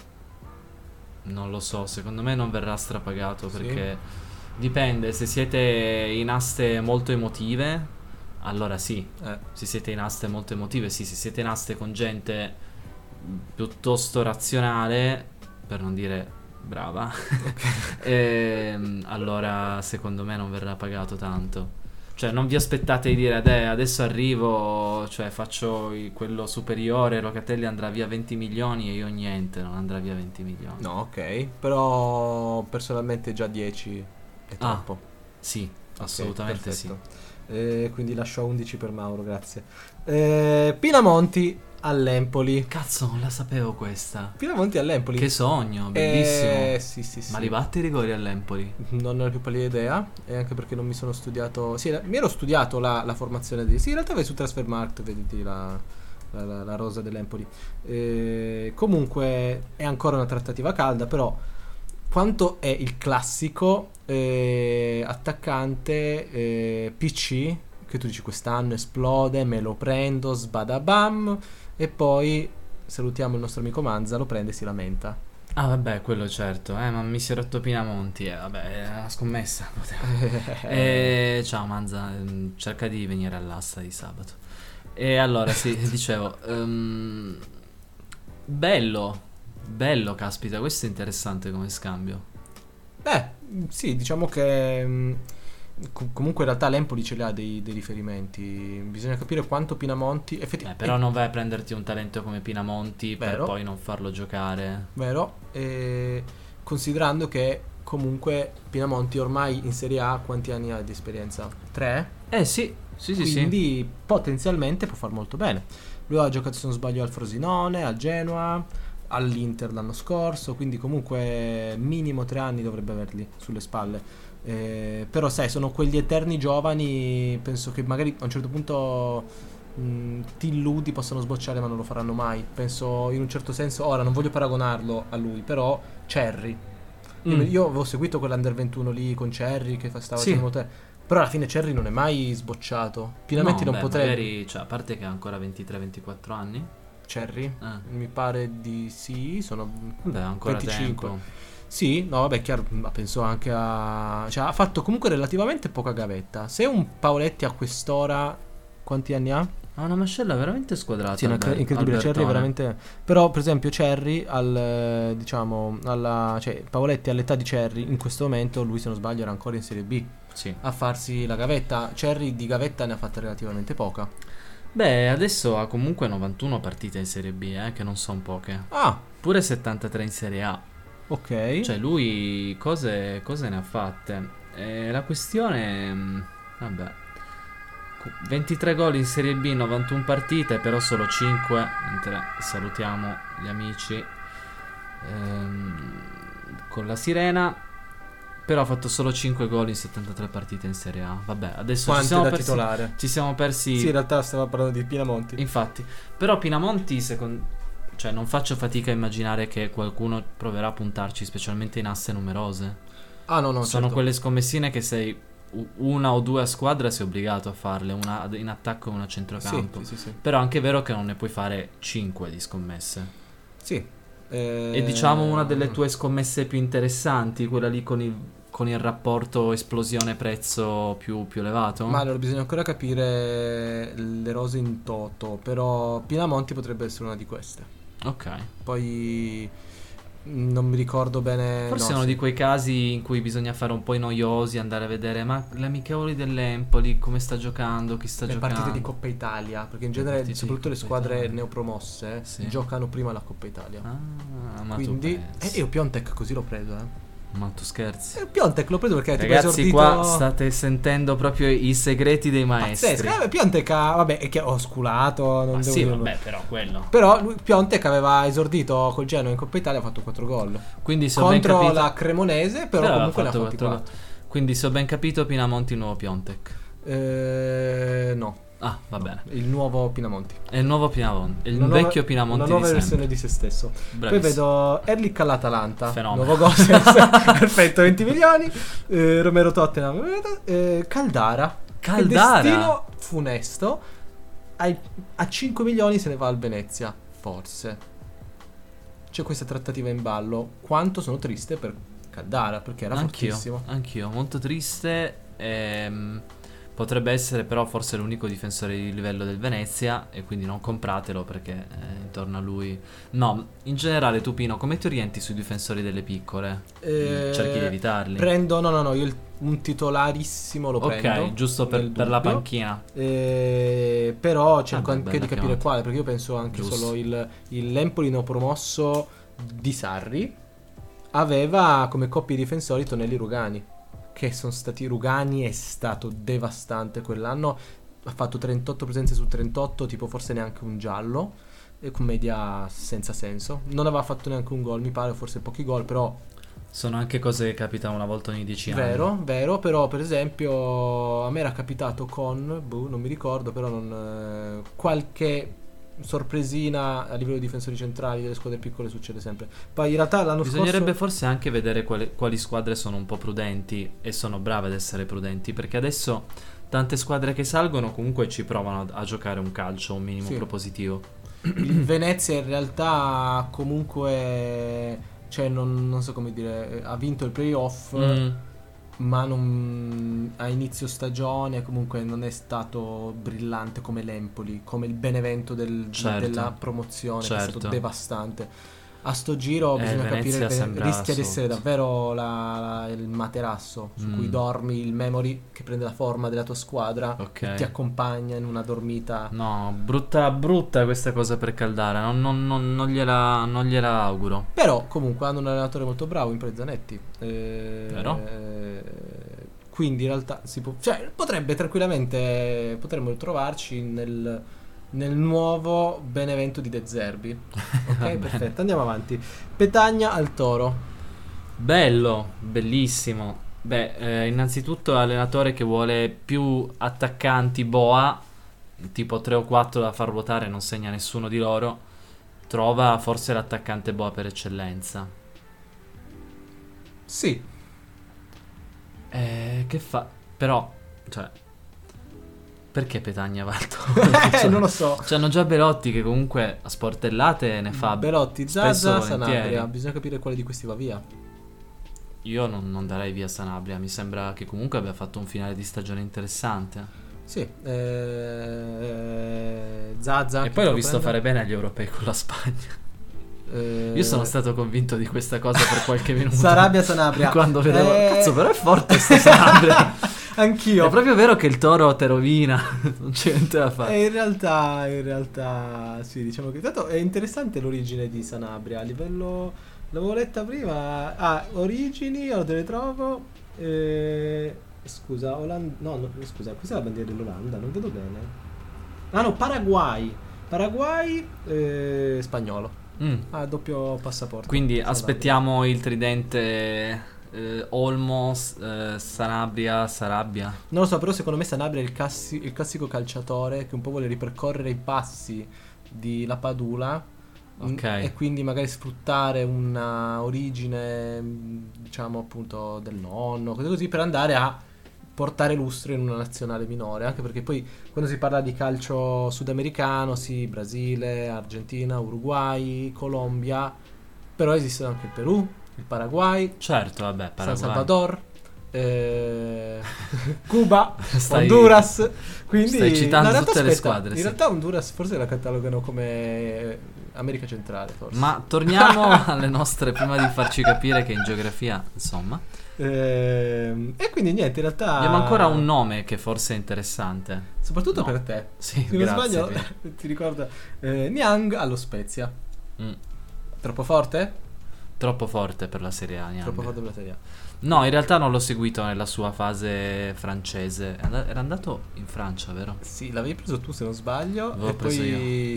Speaker 1: Non lo so, secondo me non verrà strapagato
Speaker 2: Sì?
Speaker 1: perché dipende, se siete in aste molto emotive, allora sì,
Speaker 2: Eh,
Speaker 1: se siete in aste molto emotive, sì, se siete in aste con gente mm, piuttosto razionale, per non dire brava, [LAUGHS] ehm, allora secondo me non verrà pagato tanto. Cioè, non vi aspettate di dire, "Deh, adesso arrivo, cioè faccio il- quello superiore, Locatelli andrà via 20 milioni e io niente, non andrà via 20 milioni.
Speaker 2: no, ok. Però personalmente già 10 è
Speaker 1: Ah,
Speaker 2: troppo.
Speaker 1: Sì,
Speaker 2: Ok,
Speaker 1: assolutamente sì.
Speaker 2: perfetto. Eh, quindi lascio a 11 per Mauro, grazie. Eh, Pinamonti all'Empoli.
Speaker 1: Cazzo, non la sapevo questa.
Speaker 2: Pinamonti all'Empoli.
Speaker 1: Che sogno, bellissimo.
Speaker 2: Eh, sì, sì, sì.
Speaker 1: Ma li batte i rigori all'Empoli?
Speaker 2: Non ne ho la più pallida idea. E anche perché non mi sono studiato. Sì, la- mi ero studiato la, la formazione di. Sì, in realtà vai su Transfermarkt, vediti la, la, la- la rosa dell'Empoli. Eh, comunque è ancora una trattativa calda, però. Quanto è il classico eh, attaccante eh, PC che tu dici quest'anno esplode, me lo prendo, sbadabam e poi salutiamo il nostro amico Manza, lo prende e si lamenta.
Speaker 1: Ah vabbè, quello certo, eh, ma mi si è rotto Pinamonti, eh, vabbè, è una scommessa. [LAUGHS] Eh, ciao Manza, ehm, cerca di venire all'asta di sabato. E allora, [LAUGHS] sì, dicevo, ehm, bello, bello, caspita, questo è interessante come scambio.
Speaker 2: Beh, mh, sì, diciamo che mh, com- comunque in realtà l'Empoli ce l'ha dei, dei riferimenti. Bisogna capire quanto Pinamonti
Speaker 1: Eh,
Speaker 2: effettivamente
Speaker 1: però non vai a prenderti un talento come Pinamonti
Speaker 2: Vero.
Speaker 1: per poi non farlo giocare.
Speaker 2: vero, eh, considerando che comunque Pinamonti ormai in Serie A quanti anni ha di esperienza? Tre?
Speaker 1: Eh sì, sì, sì, sì.
Speaker 2: Quindi potenzialmente può far molto bene. Lui ha giocato, se non sbaglio, al Frosinone, al Genoa, all'Inter l'anno scorso, quindi comunque minimo tre anni dovrebbe averli sulle spalle. Eh, però sai, sono quegli eterni giovani, penso che magari a un certo punto mh, ti illudi, possono sbocciare ma non lo faranno mai. Penso in un certo senso, ora non voglio paragonarlo a lui, però Cerri. Io,
Speaker 1: Mm.
Speaker 2: io avevo seguito quell'Under 21 lì con Cerri che fa- stava
Speaker 1: Sì.
Speaker 2: facendo molto bene. Però alla fine Cerri non è mai sbocciato. Pienamente
Speaker 1: No,
Speaker 2: non
Speaker 1: beh,
Speaker 2: potrebbe.
Speaker 1: Magari, cioè, a parte che ha ancora 23-24 anni.
Speaker 2: Cerri?
Speaker 1: Eh,
Speaker 2: Mi pare di sì, sono...
Speaker 1: vabbè, ancora
Speaker 2: 25.
Speaker 1: tempo.
Speaker 2: Sì, no, vabbè, chiaro, ma penso anche a... Cioè, ha fatto comunque relativamente poca gavetta. Se un Paoletti a quest'ora... Quanti anni ha?
Speaker 1: Ha una mascella veramente squadrata. eh.
Speaker 2: Sì, è una
Speaker 1: Alber-
Speaker 2: cre- incredibile. Cerri è
Speaker 1: Albertone.
Speaker 2: veramente. Però, per esempio, Cerri, al, eh, diciamo, alla, cioè, Pavoletti all'età di Cerri, in questo momento, lui se non sbaglio era ancora in Serie B
Speaker 1: Sì.
Speaker 2: a farsi la gavetta. Cerri di gavetta ne ha fatta relativamente poca.
Speaker 1: Beh, adesso ha comunque 91 partite in Serie B, eh, che non sono poche.
Speaker 2: Ah,
Speaker 1: Pure 73 in Serie A.
Speaker 2: ok.
Speaker 1: Cioè, lui cose, cose ne ha fatte. E la questione. mh, Vabbè. Cu- 23 gol in Serie B, 91 partite, però solo 5. Mentre salutiamo gli amici ehm, con la sirena. Però ha fatto solo 5 gol in 73 partite in Serie A. Vabbè, adesso ci
Speaker 2: Quanti
Speaker 1: siamo,
Speaker 2: da
Speaker 1: persi,
Speaker 2: titolare?
Speaker 1: ci siamo persi.
Speaker 2: Sì, in realtà stava parlando di Pinamonti.
Speaker 1: Infatti, però Pinamonti, secondo... cioè non faccio fatica a immaginare che qualcuno proverà a puntarci, specialmente in asse numerose.
Speaker 2: Ah, no, no.
Speaker 1: Sono
Speaker 2: certo.
Speaker 1: quelle scommessine che sei u- una o due a squadra sei obbligato a farle, una ad- in attacco e una a
Speaker 2: Sì,
Speaker 1: centrocampo.
Speaker 2: sì, sì. sì.
Speaker 1: Però è anche vero che non ne puoi fare 5 di scommesse.
Speaker 2: Sì. Eh,
Speaker 1: E diciamo una delle tue scommesse più interessanti, quella lì con il, con il rapporto esplosione-prezzo più, più elevato.
Speaker 2: Ma allora bisogna ancora capire le rose in toto, però Pinamonti potrebbe essere una di queste.
Speaker 1: Ok.
Speaker 2: Poi mh, non mi ricordo bene.
Speaker 1: Forse è
Speaker 2: Eh, no,
Speaker 1: uno
Speaker 2: sì.
Speaker 1: di quei casi in cui bisogna fare un po' i noiosi, andare a vedere ma l'amichevole dell'Empoli, come sta giocando, chi sta
Speaker 2: le
Speaker 1: giocando.
Speaker 2: partite di Coppa Italia, perché in
Speaker 1: Le
Speaker 2: genere
Speaker 1: partite di
Speaker 2: soprattutto le
Speaker 1: Coppa
Speaker 2: squadre
Speaker 1: Italia.
Speaker 2: neopromosse
Speaker 1: Sì.
Speaker 2: giocano prima la Coppa Italia.
Speaker 1: Ah, ma
Speaker 2: Quindi
Speaker 1: tu
Speaker 2: eh,
Speaker 1: pensi.
Speaker 2: io Piontek così l'ho preso, eh.
Speaker 1: Ma tu scherzi.
Speaker 2: Eh, Piontek l'ho preso perché è tipo
Speaker 1: Ragazzi,
Speaker 2: esordito
Speaker 1: qua state sentendo proprio i segreti dei maestri.
Speaker 2: pazzesco. Eh, Piontek ha- vabbè, è chiaro, ho sculato, non
Speaker 1: ma
Speaker 2: devo
Speaker 1: sì,
Speaker 2: dirlo.
Speaker 1: vabbè, però quello.
Speaker 2: Però lui, Piontek aveva esordito col Genoa in Coppa Italia, ha fatto 4 gol.
Speaker 1: Quindi se ho ben
Speaker 2: contro
Speaker 1: capito
Speaker 2: la Cremonese, però,
Speaker 1: Però
Speaker 2: comunque ne
Speaker 1: aveva
Speaker 2: ha fatti
Speaker 1: fatto
Speaker 2: 4.
Speaker 1: quindi se ho ben capito Pinamonti nuovo Piontek.
Speaker 2: Eh, no.
Speaker 1: Ah, va bene.
Speaker 2: Il nuovo Pinamonti.
Speaker 1: È il nuovo Pinamonti. È il
Speaker 2: Una nuova-
Speaker 1: vecchio Pinamonti
Speaker 2: Una nuova
Speaker 1: di
Speaker 2: versione
Speaker 1: sempre.
Speaker 2: di se stesso.
Speaker 1: Bravissimo.
Speaker 2: Poi vedo Erlic all'Atalanta.
Speaker 1: Fenomeno. [LAUGHS]
Speaker 2: Nuovo Gosens. perfetto, 20 milioni. Eh, Romero Tottenham. eh, Caldara.
Speaker 1: Caldara?
Speaker 2: Che destino funesto. Ai- a 5 milioni se ne va al Venezia. Forse. C'è questa trattativa in ballo. Quanto sono triste per Caldara perché era
Speaker 1: anch'io,
Speaker 2: fortissimo.
Speaker 1: anch'io, molto triste. ehm, potrebbe essere però forse l'unico difensore di livello del Venezia e quindi non compratelo perché eh, intorno a lui... No, in generale Tupino, come ti orienti sui difensori delle piccole?
Speaker 2: Eh,
Speaker 1: Cerchi di evitarli.
Speaker 2: Prendo, no, no, no. Io il- un titolarissimo lo prendo.
Speaker 1: ok, giusto per,
Speaker 2: nel
Speaker 1: per la
Speaker 2: dubbio.
Speaker 1: panchina.
Speaker 2: Eh, però cerco
Speaker 1: beh,
Speaker 2: anche
Speaker 1: bella
Speaker 2: di capire
Speaker 1: chiamata.
Speaker 2: quale, perché io penso anche
Speaker 1: Giusto.
Speaker 2: solo il, il Lempoli no promosso di Sarri aveva come coppia di difensori Tonelli e Rugani, che sono stati Rugani è stato devastante quell'anno, ha fatto 38 presenze su 38, tipo forse neanche un giallo, e con media senza senso, non aveva fatto neanche un gol, mi pare, forse pochi gol, però
Speaker 1: Sono anche cose che capitano una volta ogni dieci anni.
Speaker 2: Vero, vero, però per esempio a me era capitato con, boh, non mi ricordo, però non, eh, qualche sorpresina a livello di difensori centrali delle squadre piccole succede sempre. Poi in realtà l'anno
Speaker 1: Bisognerebbe
Speaker 2: scorso...
Speaker 1: forse anche vedere quale- quali squadre sono un po' prudenti e sono brave ad essere prudenti perché adesso tante squadre che salgono comunque ci provano a, a giocare un calcio, un minimo
Speaker 2: Sì.
Speaker 1: propositivo.
Speaker 2: il Venezia in realtà comunque... Cioè, non, non so come dire, eh, ha vinto il playoff,
Speaker 1: Mm,
Speaker 2: ma non- a inizio stagione comunque non è stato brillante come l'Empoli, come il Benevento del-
Speaker 1: Certo.
Speaker 2: della promozione, che è
Speaker 1: Certo.
Speaker 2: stato devastante. A sto giro
Speaker 1: Eh,
Speaker 2: bisogna
Speaker 1: Venezia
Speaker 2: capire, se
Speaker 1: sembra
Speaker 2: rischia di essere
Speaker 1: assurdo.
Speaker 2: davvero la- la- il materasso su
Speaker 1: Mm.
Speaker 2: cui dormi, il memory che prende la forma della tua squadra e
Speaker 1: ok.
Speaker 2: ti accompagna in una dormita.
Speaker 1: No, brutta, brutta questa cosa per Caldara, non, non- non- non gliela, non gliela auguro.
Speaker 2: Però comunque hanno un allenatore molto bravo in Prezanetti. Eh,
Speaker 1: Vero.
Speaker 2: eh, quindi in realtà si può, cioè, potrebbe tranquillamente potremmo trovarci nel, nel nuovo Benevento di
Speaker 1: [LAUGHS]
Speaker 2: De Zerbi.
Speaker 1: Va
Speaker 2: Ok,
Speaker 1: bene.
Speaker 2: perfetto, andiamo avanti. Petagna al Toro.
Speaker 1: Bello, bellissimo. Beh, eh, innanzitutto allenatore che vuole più attaccanti boa, tipo 3 o 4 da far ruotare, non segna nessuno di loro. Trova forse l'attaccante boa per eccellenza. [LAUGHS]
Speaker 2: Sì,
Speaker 1: Eh, che fa? Però, cioè, perché Petagna va al
Speaker 2: [LAUGHS] Eh,
Speaker 1: Toro?
Speaker 2: non lo so.
Speaker 1: C'hanno già Belotti che comunque a sportellate ne fa.
Speaker 2: Belotti,
Speaker 1: spesso
Speaker 2: Zaza,
Speaker 1: volentieri.
Speaker 2: Sanabria. Bisogna capire quale di questi va via.
Speaker 1: Io non, non darei via Sanabria, mi sembra che comunque abbia fatto un finale di stagione interessante.
Speaker 2: Sì, eh, Zaza.
Speaker 1: e
Speaker 2: chi
Speaker 1: poi l'ho
Speaker 2: lo
Speaker 1: visto
Speaker 2: prende?
Speaker 1: fare bene agli europei con la Spagna.
Speaker 2: Eh,
Speaker 1: Io sono stato convinto di questa cosa per
Speaker 2: [LAUGHS]
Speaker 1: qualche minuto.
Speaker 2: Sarabia
Speaker 1: [LAUGHS]
Speaker 2: Sanabria.
Speaker 1: Quando vedevo...
Speaker 2: Eh.
Speaker 1: Cazzo, però è forte sto
Speaker 2: [LAUGHS]
Speaker 1: Sanabria.
Speaker 2: Anch'io.
Speaker 1: È proprio vero che il toro te rovina. [LAUGHS] non c'è niente da fare.
Speaker 2: E Eh, in realtà, in realtà, sì, diciamo che tanto è interessante l'origine di Sanabria a livello. L'avevo letta prima. Ah, origini, ora te le trovo. Eh, scusa, Olanda. No, no, scusa, questa è la bandiera dell'Olanda, non vedo bene. Ah no, Paraguay. Paraguay eh, spagnolo.
Speaker 1: Mm.
Speaker 2: Ah, doppio passaporto.
Speaker 1: Quindi
Speaker 2: Sanabria.
Speaker 1: aspettiamo il tridente eh, Olmo, s- eh, Sanabria, Sarabia.
Speaker 2: Non lo so, però secondo me Sanabria è il, cassi- il classico calciatore che un po' vuole ripercorrere i passi di La Padula. mh,
Speaker 1: Ok.
Speaker 2: E quindi magari sfruttare una origine, mh, diciamo appunto, del nonno, cose così, per andare a portare lustro in una nazionale minore. Anche perché poi quando si parla di calcio sudamericano, sì, Brasile, Argentina, Uruguay, Colombia, però esistono anche il Perù, il Paraguay,
Speaker 1: Certo, vabbè,
Speaker 2: San
Speaker 1: Paraguay.
Speaker 2: Salvador,
Speaker 1: [LAUGHS]
Speaker 2: eh, Cuba,
Speaker 1: Stai-
Speaker 2: Honduras. Quindi,
Speaker 1: stai citando
Speaker 2: in realtà,
Speaker 1: tutte le squadre,
Speaker 2: In
Speaker 1: sì.
Speaker 2: realtà Honduras forse la catalogano come eh, America Centrale, forse.
Speaker 1: Ma
Speaker 2: [LAUGHS]
Speaker 1: torniamo alle nostre prima di farci capire che in geografia, insomma,
Speaker 2: Ehm, e quindi niente, in realtà...
Speaker 1: abbiamo ancora un nome che forse è interessante.
Speaker 2: Soprattutto
Speaker 1: no.
Speaker 2: per te.
Speaker 1: Sì,
Speaker 2: Se non
Speaker 1: grazie.
Speaker 2: sbaglio, [LAUGHS]
Speaker 1: Pier.
Speaker 2: ti ricorda eh, Niang allo Spezia.
Speaker 1: Mm,
Speaker 2: Troppo forte?
Speaker 1: troppo forte per la Serie A. Niang.
Speaker 2: Troppo forte per la Serie A.
Speaker 1: No, in realtà non l'ho seguito nella sua fase francese. È and- Era andato in Francia, vero?
Speaker 2: Sì, l'avevi preso tu se non sbaglio
Speaker 1: L'avevo
Speaker 2: e poi
Speaker 1: preso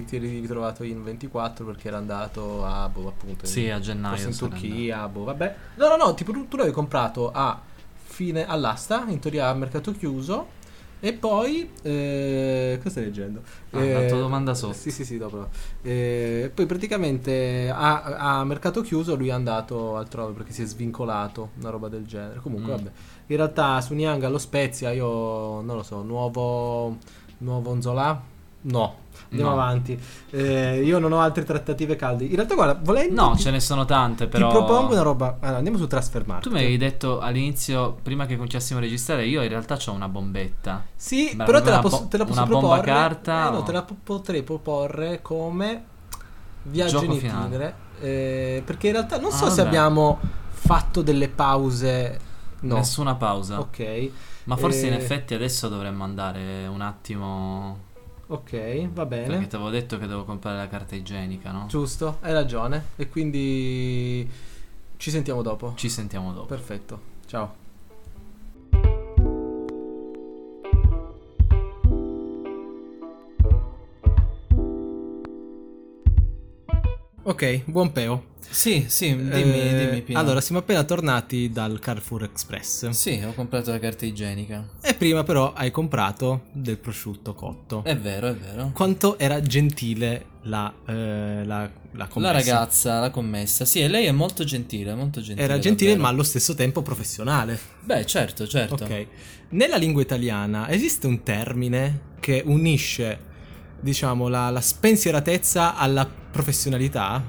Speaker 2: ti eri ritrovato in 24 perché era andato a boh, appunto in-
Speaker 1: Sì, a gennaio.
Speaker 2: forse in
Speaker 1: sarà andato.
Speaker 2: Turchia, boh, vabbè. No, no, no, tipo tu, tu l'avevi comprato a fine all'asta, in teoria a mercato chiuso E poi, eh, cosa stai leggendo? Eh,
Speaker 3: Ah, tanto domanda sotto.
Speaker 2: Sì, sì, sì, dopo. Eh, poi praticamente a, a mercato chiuso lui è andato altrove perché si è svincolato, una roba del genere. Comunque,
Speaker 3: Mm.
Speaker 2: vabbè. In realtà su Niang allo Spezia io non lo so, nuovo, nuovo Onzola? No, andiamo
Speaker 3: No.
Speaker 2: avanti. Eh, io non ho altre trattative calde. In realtà, guarda, volendo...
Speaker 3: No,
Speaker 2: ti,
Speaker 3: ce ne sono tante, però.
Speaker 2: Ti propongo una roba... Allora, andiamo su Transfer Market.
Speaker 3: Tu mi avevi detto all'inizio, prima che cominciassimo a registrare, io in realtà ho una bombetta.
Speaker 2: Sì,
Speaker 3: Beh,
Speaker 2: però te la
Speaker 3: una
Speaker 2: posso,
Speaker 3: bo-
Speaker 2: te la posso
Speaker 3: una bomba
Speaker 2: proporre.
Speaker 3: carta
Speaker 2: eh, no,
Speaker 3: o-
Speaker 2: te la po- potrei proporre come viaggio
Speaker 3: Gioco
Speaker 2: in
Speaker 3: finale.
Speaker 2: itinere. eh, perché in realtà non so
Speaker 3: Ah,
Speaker 2: se
Speaker 3: vabbè.
Speaker 2: abbiamo fatto delle pause. No.
Speaker 3: Nessuna pausa.
Speaker 2: Ok,
Speaker 3: Ma forse in
Speaker 2: Eh.
Speaker 3: effetti adesso dovremmo andare un attimo.
Speaker 2: ok, va
Speaker 3: Perché
Speaker 2: bene.
Speaker 3: ti avevo detto che devo comprare la carta igienica, no?
Speaker 2: Giusto, hai ragione. E quindi ci sentiamo dopo.
Speaker 3: Ci sentiamo dopo.
Speaker 2: Perfetto. Ciao. Ok, buon peo.
Speaker 1: Sì, sì, dimmi,
Speaker 2: Eh,
Speaker 1: dimmi Pino.
Speaker 2: Allora, siamo appena tornati dal Carrefour Express.
Speaker 1: Sì, ho comprato la carta igienica.
Speaker 2: E prima però hai comprato del prosciutto cotto.
Speaker 1: È vero, è vero.
Speaker 2: Quanto era gentile la, eh, la, la
Speaker 1: La
Speaker 2: commessa.
Speaker 1: ragazza, la commessa. Sì, e lei è molto gentile, molto gentile.
Speaker 2: Era gentile ma
Speaker 1: davvero.
Speaker 2: allo stesso tempo professionale.
Speaker 1: Beh, certo, certo.
Speaker 2: Ok. Nella lingua italiana esiste un termine che unisce, diciamo, la, la spensieratezza alla professionalità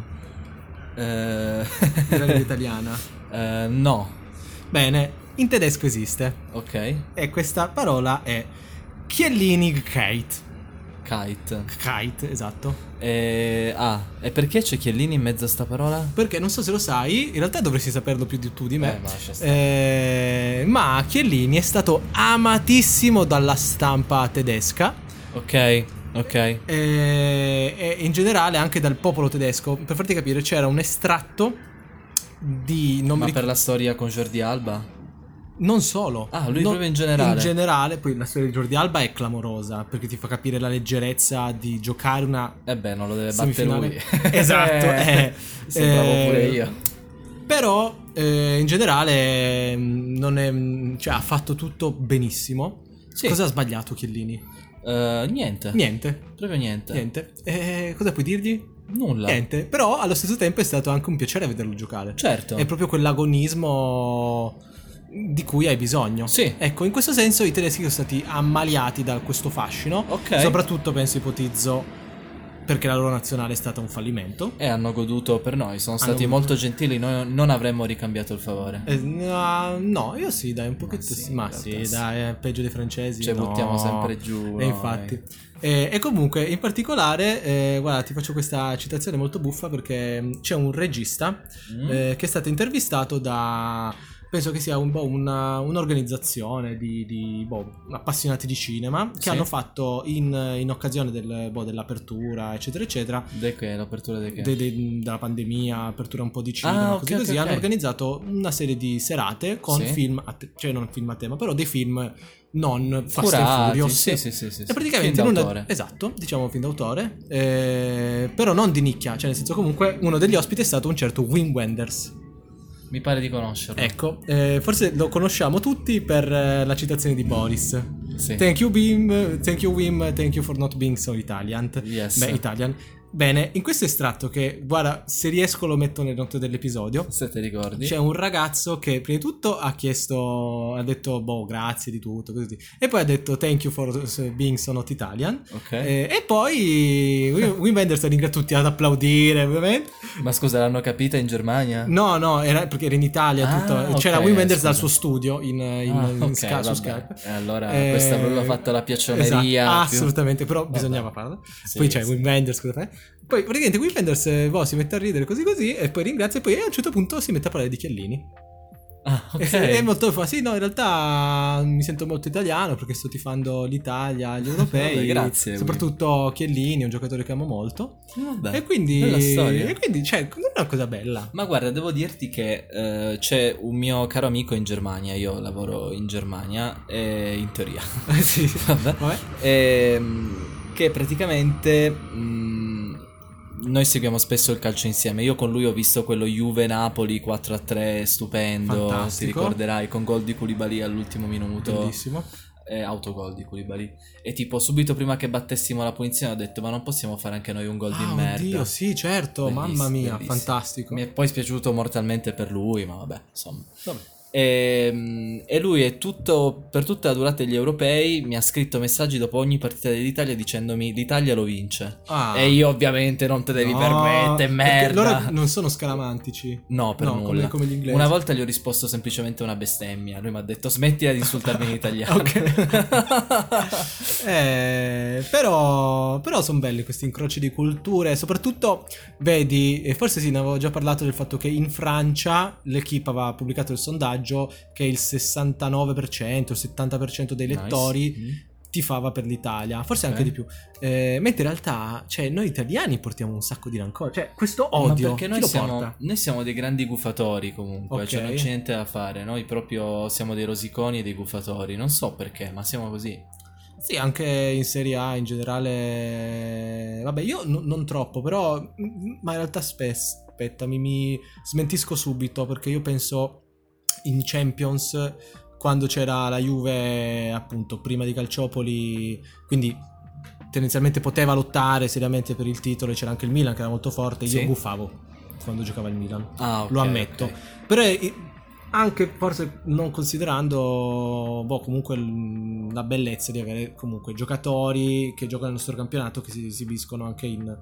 Speaker 1: Eh,
Speaker 2: nella lingua italiana?
Speaker 1: [LAUGHS] eh, no.
Speaker 2: [LAUGHS] Bene, in tedesco esiste.
Speaker 1: Ok.
Speaker 2: E questa parola è Chiellinigkeit.
Speaker 1: Kite.
Speaker 2: Kite, esatto.
Speaker 1: Eh, ah, e perché c'è Chiellini in mezzo a sta parola?
Speaker 2: Perché non so se lo sai, in realtà dovresti saperlo più di tu di
Speaker 1: Eh,
Speaker 2: me.
Speaker 1: ma lascia stare.
Speaker 2: Eh, ma Chiellini è stato amatissimo dalla stampa tedesca
Speaker 1: Ok, ok.
Speaker 2: eh, e in generale anche dal popolo tedesco. Per farti capire, c'era un estratto di. Non, mi
Speaker 1: Ma
Speaker 2: ric-
Speaker 1: per la storia con Jordi Alba?
Speaker 2: non solo.
Speaker 1: Ah, lui
Speaker 2: Non-
Speaker 1: proprio in generale.
Speaker 2: In generale, poi la storia di Jordi Alba è clamorosa perché ti fa capire la leggerezza di giocare una
Speaker 1: Eh beh, non lo deve battere
Speaker 2: semifinale.
Speaker 1: lui.
Speaker 2: [LAUGHS] esatto.
Speaker 1: [LAUGHS]
Speaker 2: eh.
Speaker 1: Sembravo
Speaker 2: Eh,
Speaker 1: pure io.
Speaker 2: Però eh, in generale mh, non è, mh, cioè, ha fatto tutto benissimo.
Speaker 1: Sì.
Speaker 2: Cosa ha sbagliato Chiellini?
Speaker 1: Eh, niente.
Speaker 2: Niente.
Speaker 1: Proprio niente.
Speaker 2: Niente. Eh, cosa puoi dirgli?
Speaker 1: Nulla.
Speaker 2: Niente. Però allo stesso tempo è stato anche un piacere vederlo giocare.
Speaker 1: Certo.
Speaker 2: È proprio quell'agonismo di cui hai bisogno.
Speaker 1: Sì.
Speaker 2: Ecco, in questo senso i tedeschi sono stati ammaliati da questo fascino.
Speaker 1: Ok.
Speaker 2: Soprattutto penso ipotizzo perché la loro nazionale è stata un fallimento.
Speaker 1: E hanno goduto per noi, sono stati
Speaker 2: goduto.
Speaker 1: molto gentili, noi non avremmo ricambiato il favore.
Speaker 2: Eh, no, no, io sì, dai, un pochetto
Speaker 1: sì,
Speaker 2: sì.
Speaker 1: in
Speaker 2: Ma
Speaker 1: realtà
Speaker 2: sì,
Speaker 1: sì.
Speaker 2: dai, eh, peggio dei francesi.
Speaker 1: Cioè,
Speaker 2: no.
Speaker 1: buttiamo sempre giù. eh.
Speaker 2: E
Speaker 1: noi.
Speaker 2: infatti. Eh, E, e comunque, in particolare, eh, guarda, ti faccio questa citazione molto buffa perché mh, c'è un regista
Speaker 1: Mm?
Speaker 2: eh, che è stato intervistato da. Penso che sia un po' una- un'organizzazione di, di, boh, appassionati di cinema che
Speaker 1: Sì.
Speaker 2: hanno fatto in, in occasione del, boh, dell'apertura, eccetera, eccetera,
Speaker 1: Mm? De che, l'apertura de che?
Speaker 2: de- de- della pandemia, apertura un po' di cinema,
Speaker 1: Ah, ok,
Speaker 2: così
Speaker 1: ok,
Speaker 2: così,
Speaker 1: ok.
Speaker 2: hanno organizzato una serie di serate con
Speaker 1: Sì.
Speaker 2: film, a te- cioè non film a tema, però dei film non Fast and
Speaker 1: Curati,
Speaker 2: Furious.
Speaker 1: sì, sì, sì, sì, sì.
Speaker 2: E praticamente
Speaker 1: Film
Speaker 2: in
Speaker 1: d'autore.
Speaker 2: una, esatto, diciamo film d'autore, eh, però non di nicchia, cioè nel senso comunque uno degli ospiti è stato un certo Wim Wenders.
Speaker 1: Mi pare di conoscerlo.
Speaker 2: Ecco, eh, forse lo conosciamo tutti per eh, la citazione di Boris.
Speaker 1: Sì.
Speaker 2: Thank you Wim, thank you Wim, thank you for not being so Italian.
Speaker 1: Yes.
Speaker 2: Beh, Italian. Bene, in questo estratto che, guarda, se riesco lo metto nelle note dell'episodio.
Speaker 1: Se ti ricordi.
Speaker 2: C'è un ragazzo che prima di tutto ha chiesto, ha detto boh grazie di tutto, così. E poi ha detto thank you for s- being so not Italian.
Speaker 1: ok.
Speaker 2: Eh, E, poi Wim Wim Wenders ringra tutti ad applaudire ovviamente.
Speaker 1: Ma scusa, l'hanno capita in Germania?
Speaker 2: No, no, era, perché era in Italia
Speaker 1: Ah,
Speaker 2: tutto.
Speaker 1: ok,
Speaker 2: C'era Wim
Speaker 1: eh,
Speaker 2: Wenders
Speaker 1: scusa.
Speaker 2: dal suo studio in, in,
Speaker 1: Ah,
Speaker 2: in
Speaker 1: ok,
Speaker 2: Sky- su
Speaker 1: vabbè.
Speaker 2: Skype.
Speaker 1: E allora
Speaker 2: Eh,
Speaker 1: questa aveva fatto la piaccioneria.
Speaker 2: esatto,
Speaker 1: più-
Speaker 2: assolutamente, però
Speaker 1: Vabbè.
Speaker 2: bisognava farlo.
Speaker 1: Sì,
Speaker 2: poi c'è
Speaker 1: sì.
Speaker 2: Wim Wenders, scusa te. Poi praticamente Wim Wenders eh, boh, si mette a ridere così così e poi ringrazia e poi a un certo punto si mette a parlare di Chiellini.
Speaker 1: Ah, ok.
Speaker 2: [LAUGHS] E, e molto fa, sì, no, in realtà mi sento molto italiano perché sto tifando l'Italia, gli europei.
Speaker 1: [LAUGHS] Vabbè, grazie, Wim.
Speaker 2: Soprattutto Chiellini, è un giocatore che amo molto.
Speaker 1: Vabbè.
Speaker 2: e quindi...
Speaker 1: bella storia.
Speaker 2: E quindi, cioè, non è una cosa bella.
Speaker 1: Ma guarda, devo dirti che eh, c'è un mio caro amico in Germania, io lavoro in Germania, e in
Speaker 2: [LAUGHS]
Speaker 1: teoria.
Speaker 2: Eh
Speaker 1: sì, [LAUGHS] vabbè.
Speaker 2: Vabbè.
Speaker 1: Ehm, che praticamente mh, noi seguiamo spesso il calcio insieme. Io con lui ho visto quello Juve Napoli 4 a 3, stupendo. Ti
Speaker 2: Fantastico.
Speaker 1: ricorderai con gol di Koulibaly all'ultimo minuto.
Speaker 2: Bellissimo.
Speaker 1: Eh, eh, autogol di Koulibaly. E tipo subito prima che battessimo la punizione ho detto ma non possiamo fare anche noi un gol di merda.
Speaker 2: Ah, Oddio, sì, certo,
Speaker 1: Bellissimo,
Speaker 2: mamma mia,
Speaker 1: bellissimo.
Speaker 2: fantastico.
Speaker 1: Mi è poi spiaciuto mortalmente per lui, ma vabbè, insomma. E, e lui è tutto, per tutta la durata degli europei mi ha scritto messaggi dopo ogni partita dell'Italia dicendomi l'Italia lo vince.
Speaker 2: Ah,
Speaker 1: E io ovviamente non te devi
Speaker 2: no,
Speaker 1: permettere,
Speaker 2: perché
Speaker 1: merda.
Speaker 2: Loro non sono scaramantici.
Speaker 1: No, per
Speaker 2: no,
Speaker 1: nulla.
Speaker 2: come, come gli inglesi.
Speaker 1: Una volta gli ho risposto semplicemente una bestemmia. Lui mi ha detto smettila di
Speaker 2: [LAUGHS]
Speaker 1: insultarmi in italiano. [LAUGHS]
Speaker 2: Eh, però, però sono belli questi incroci di culture. Soprattutto, vedi, e forse sì, ne avevo già parlato del fatto che in Francia l'equipe aveva pubblicato il sondaggio che il 69%, il 70% dei lettori
Speaker 1: Nice. Mm.
Speaker 2: tifava per l'Italia, forse
Speaker 1: Ok.
Speaker 2: anche di più. Eh, mentre in realtà, cioè, noi italiani portiamo un sacco di rancore. Cioè, questo
Speaker 1: Eh, Ma
Speaker 2: odio
Speaker 1: perché
Speaker 2: chi
Speaker 1: noi
Speaker 2: lo
Speaker 1: siamo,
Speaker 2: porta?
Speaker 1: noi siamo dei grandi gufatori comunque,
Speaker 2: Ok.
Speaker 1: cioè non c'è niente da fare, noi proprio siamo dei rosiconi e dei gufatori, non so perché, ma siamo così.
Speaker 2: Sì, anche in Serie A in generale. Vabbè, io n- non troppo, però. m- Ma in realtà spes- aspettami, mi smentisco subito perché io penso in Champions quando c'era la Juve, appunto, prima di Calciopoli, quindi tendenzialmente poteva lottare seriamente per il titolo e c'era anche il Milan che era molto forte,
Speaker 1: Sì.
Speaker 2: io gufavo quando giocava il Milan.
Speaker 1: Ah, ok,
Speaker 2: Lo ammetto.
Speaker 1: ok.
Speaker 2: Però eh, anche forse non considerando boh, comunque l- la bellezza di avere comunque giocatori che giocano nel nostro campionato che si esibiscono anche in,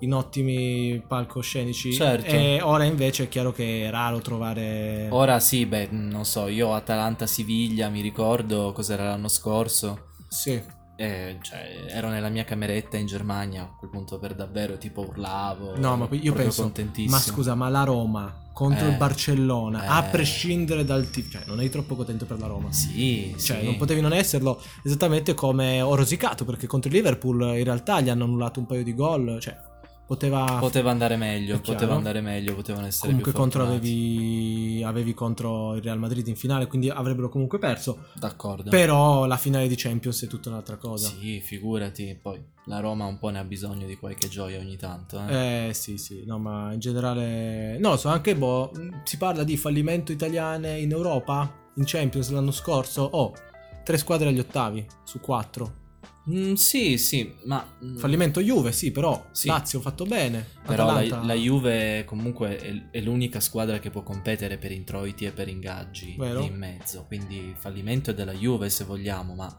Speaker 2: in ottimi palcoscenici.
Speaker 1: Certo.
Speaker 2: E ora invece è chiaro che è raro trovare...
Speaker 1: Ora sì, beh, non so, io Atalanta-Siviglia mi ricordo cos'era l'anno scorso.
Speaker 2: Sì.
Speaker 1: eh, cioè, ero nella mia cameretta in Germania a quel punto per davvero tipo urlavo.
Speaker 2: No, ma poi io
Speaker 1: proprio
Speaker 2: penso,
Speaker 1: contentissimo.
Speaker 2: Ma scusa, ma la Roma contro
Speaker 1: Eh.
Speaker 2: il Barcellona, a
Speaker 1: Eh.
Speaker 2: prescindere dal tifo, cioè non eri troppo contento per la Roma.
Speaker 1: Sì,
Speaker 2: Cioè,
Speaker 1: sì.
Speaker 2: non potevi non esserlo, esattamente come ho rosicato, perché contro il Liverpool in realtà gli hanno annullato un paio di gol, cioè, poteva...
Speaker 1: Poteva andare meglio,
Speaker 2: È chiaro.
Speaker 1: poteva andare meglio, potevano essere
Speaker 2: comunque
Speaker 1: più
Speaker 2: contro
Speaker 1: fortunati.
Speaker 2: avevi, avevi contro il Real Madrid in finale, quindi avrebbero comunque perso.
Speaker 1: D'accordo.
Speaker 2: Però la finale di Champions è tutta un'altra cosa.
Speaker 1: Sì, figurati, poi la Roma un po' ne ha bisogno di qualche gioia ogni tanto, eh.
Speaker 2: Eh sì sì, no ma in generale... No, lo so, anche boh, mh, si parla di fallimento italiane in Europa, in Champions l'anno scorso, oh, tre squadre agli ottavi su quattro.
Speaker 1: Mm, sì, sì, ma mm,
Speaker 2: Fallimento Juve, sì, però
Speaker 1: Sì.
Speaker 2: Lazio ha fatto bene.
Speaker 1: però la,
Speaker 2: Atalanta-
Speaker 1: la Juve comunque è, è l'unica squadra che può competere per introiti e per ingaggi
Speaker 2: Vero.
Speaker 1: lì in mezzo, quindi il fallimento è della Juve se vogliamo, ma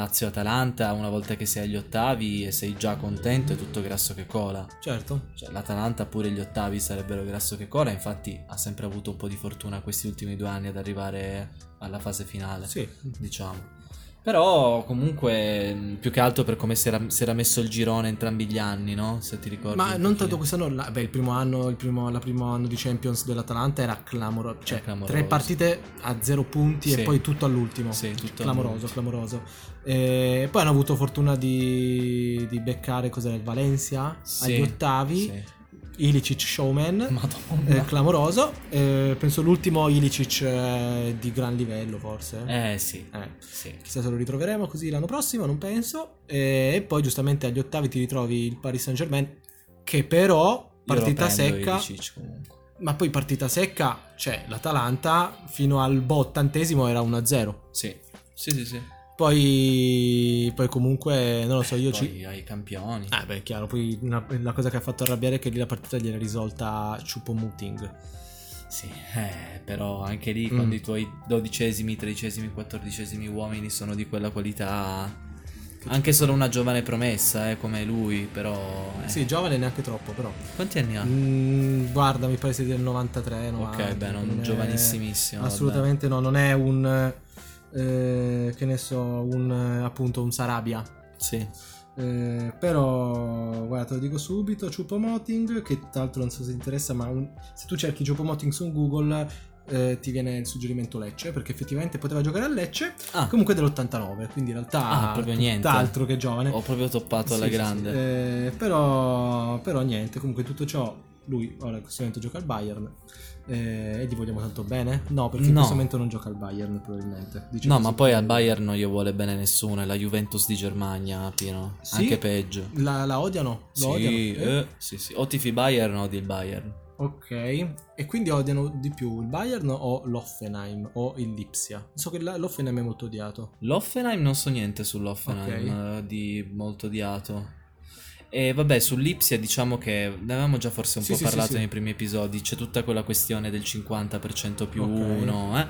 Speaker 1: Lazio-Atalanta una volta che sei agli ottavi e sei già contento è tutto grasso che cola.
Speaker 2: Certo.
Speaker 1: Cioè, l'Atalanta pure gli ottavi sarebbero grasso che cola, infatti ha sempre avuto un po' di fortuna questi ultimi due anni ad arrivare alla fase finale,
Speaker 2: Sì.
Speaker 1: diciamo. Però comunque mh, più che altro per come si era, si era messo il girone entrambi gli anni, no? Se ti ricordi.
Speaker 2: Ma
Speaker 1: un
Speaker 2: non
Speaker 1: pochino.
Speaker 2: tanto quest'anno, la- beh, il primo anno, il primo, la primo anno di Champions dell'Atalanta era clamoroso. Cioè,
Speaker 1: Era clamoroso.
Speaker 2: tre partite a zero punti
Speaker 1: Sì.
Speaker 2: e poi tutto all'ultimo.
Speaker 1: Sì, tutto
Speaker 2: Clamoroso, clamoroso. E poi hanno avuto fortuna di, di beccare cos'era il Valencia
Speaker 1: Sì,
Speaker 2: agli ottavi.
Speaker 1: Sì.
Speaker 2: Ilicic showman. eh,
Speaker 1: Madonna.
Speaker 2: clamoroso. Eh, penso l'ultimo Ilicic eh, di gran livello, forse.
Speaker 1: Eh, sì.
Speaker 2: Eh,
Speaker 1: Sì.
Speaker 2: Chissà se lo ritroveremo così l'anno prossimo, non penso. E poi giustamente agli ottavi ti ritrovi il Paris Saint Germain, che però
Speaker 1: Io lo
Speaker 2: partita
Speaker 1: prendo
Speaker 2: secca,
Speaker 1: Ilicic comunque.
Speaker 2: ma poi partita secca, cioè l'Atalanta fino al bottantesimo era 1-0.
Speaker 1: Sì. Sì, sì, sì.
Speaker 2: Poi, poi comunque, non lo so, io
Speaker 1: Eh, Poi
Speaker 2: ci...
Speaker 1: ai campioni.
Speaker 2: Ah beh, chiaro, poi una- la cosa che ha fatto arrabbiare è che lì la partita gliela risolta Choupo-Moting.
Speaker 1: Sì, eh, però anche lì
Speaker 2: Mm.
Speaker 1: quando i tuoi dodicesimi, tredicesimi, quattordicesimi uomini sono di quella qualità. Anche solo una giovane promessa, eh, come lui, però... eh.
Speaker 2: Sì, giovane neanche troppo, però.
Speaker 1: Quanti anni ha?
Speaker 2: Mm, guarda, mi pare sia del 93, 90.
Speaker 1: ok, beh, non
Speaker 2: Ah, è-
Speaker 1: giovanissimissimo. vabbè.
Speaker 2: Assolutamente no, non è un eh, che ne so, un eh, appunto un Sarabia.
Speaker 1: Sì.
Speaker 2: Eh, però guarda, te lo dico subito, Chupomoting, che tra l'altro non so se ti interessa, ma un- se tu cerchi Chupomoting su Google eh, ti viene il suggerimento Lecce, perché effettivamente poteva giocare a Lecce,
Speaker 1: Ah,
Speaker 2: comunque dell'89, quindi in realtà
Speaker 1: Ah, proprio niente.
Speaker 2: tutt'altro che giovane.
Speaker 1: ho proprio toppato alla
Speaker 2: Sì, sì,
Speaker 1: grande.
Speaker 2: sì. Eh, però, però niente, comunque tutto ciò, lui ora in questo momento gioca al Bayern eh, e gli vogliamo tanto bene? No, perché in
Speaker 1: No.
Speaker 2: questo momento non gioca al Bayern probabilmente. Dice
Speaker 1: No,
Speaker 2: così
Speaker 1: ma poi
Speaker 2: perché
Speaker 1: al Bayern non gli vuole bene nessuno, è la Juventus di Germania, Pino.
Speaker 2: Sì?
Speaker 1: Anche peggio.
Speaker 2: La, la odiano? Lo
Speaker 1: Sì,
Speaker 2: odiano? Eh,
Speaker 1: eh, sì, sì. O tifi Bayern o di Bayern.
Speaker 4: Ok, e quindi odiano di più il Bayern o l'Offenheim o il Lipsia? So che la- l'Offenheim è molto odiato.
Speaker 1: L'Offenheim non so niente sull'Offenheim eh, di molto odiato. E vabbè, sull'Ipsia diciamo che ne avevamo già forse un
Speaker 4: Sì,
Speaker 1: po'
Speaker 4: sì, sì,
Speaker 1: parlato
Speaker 4: sì.
Speaker 1: nei primi episodi, c'è tutta quella questione del 50% più
Speaker 4: Ok.
Speaker 1: uno, eh.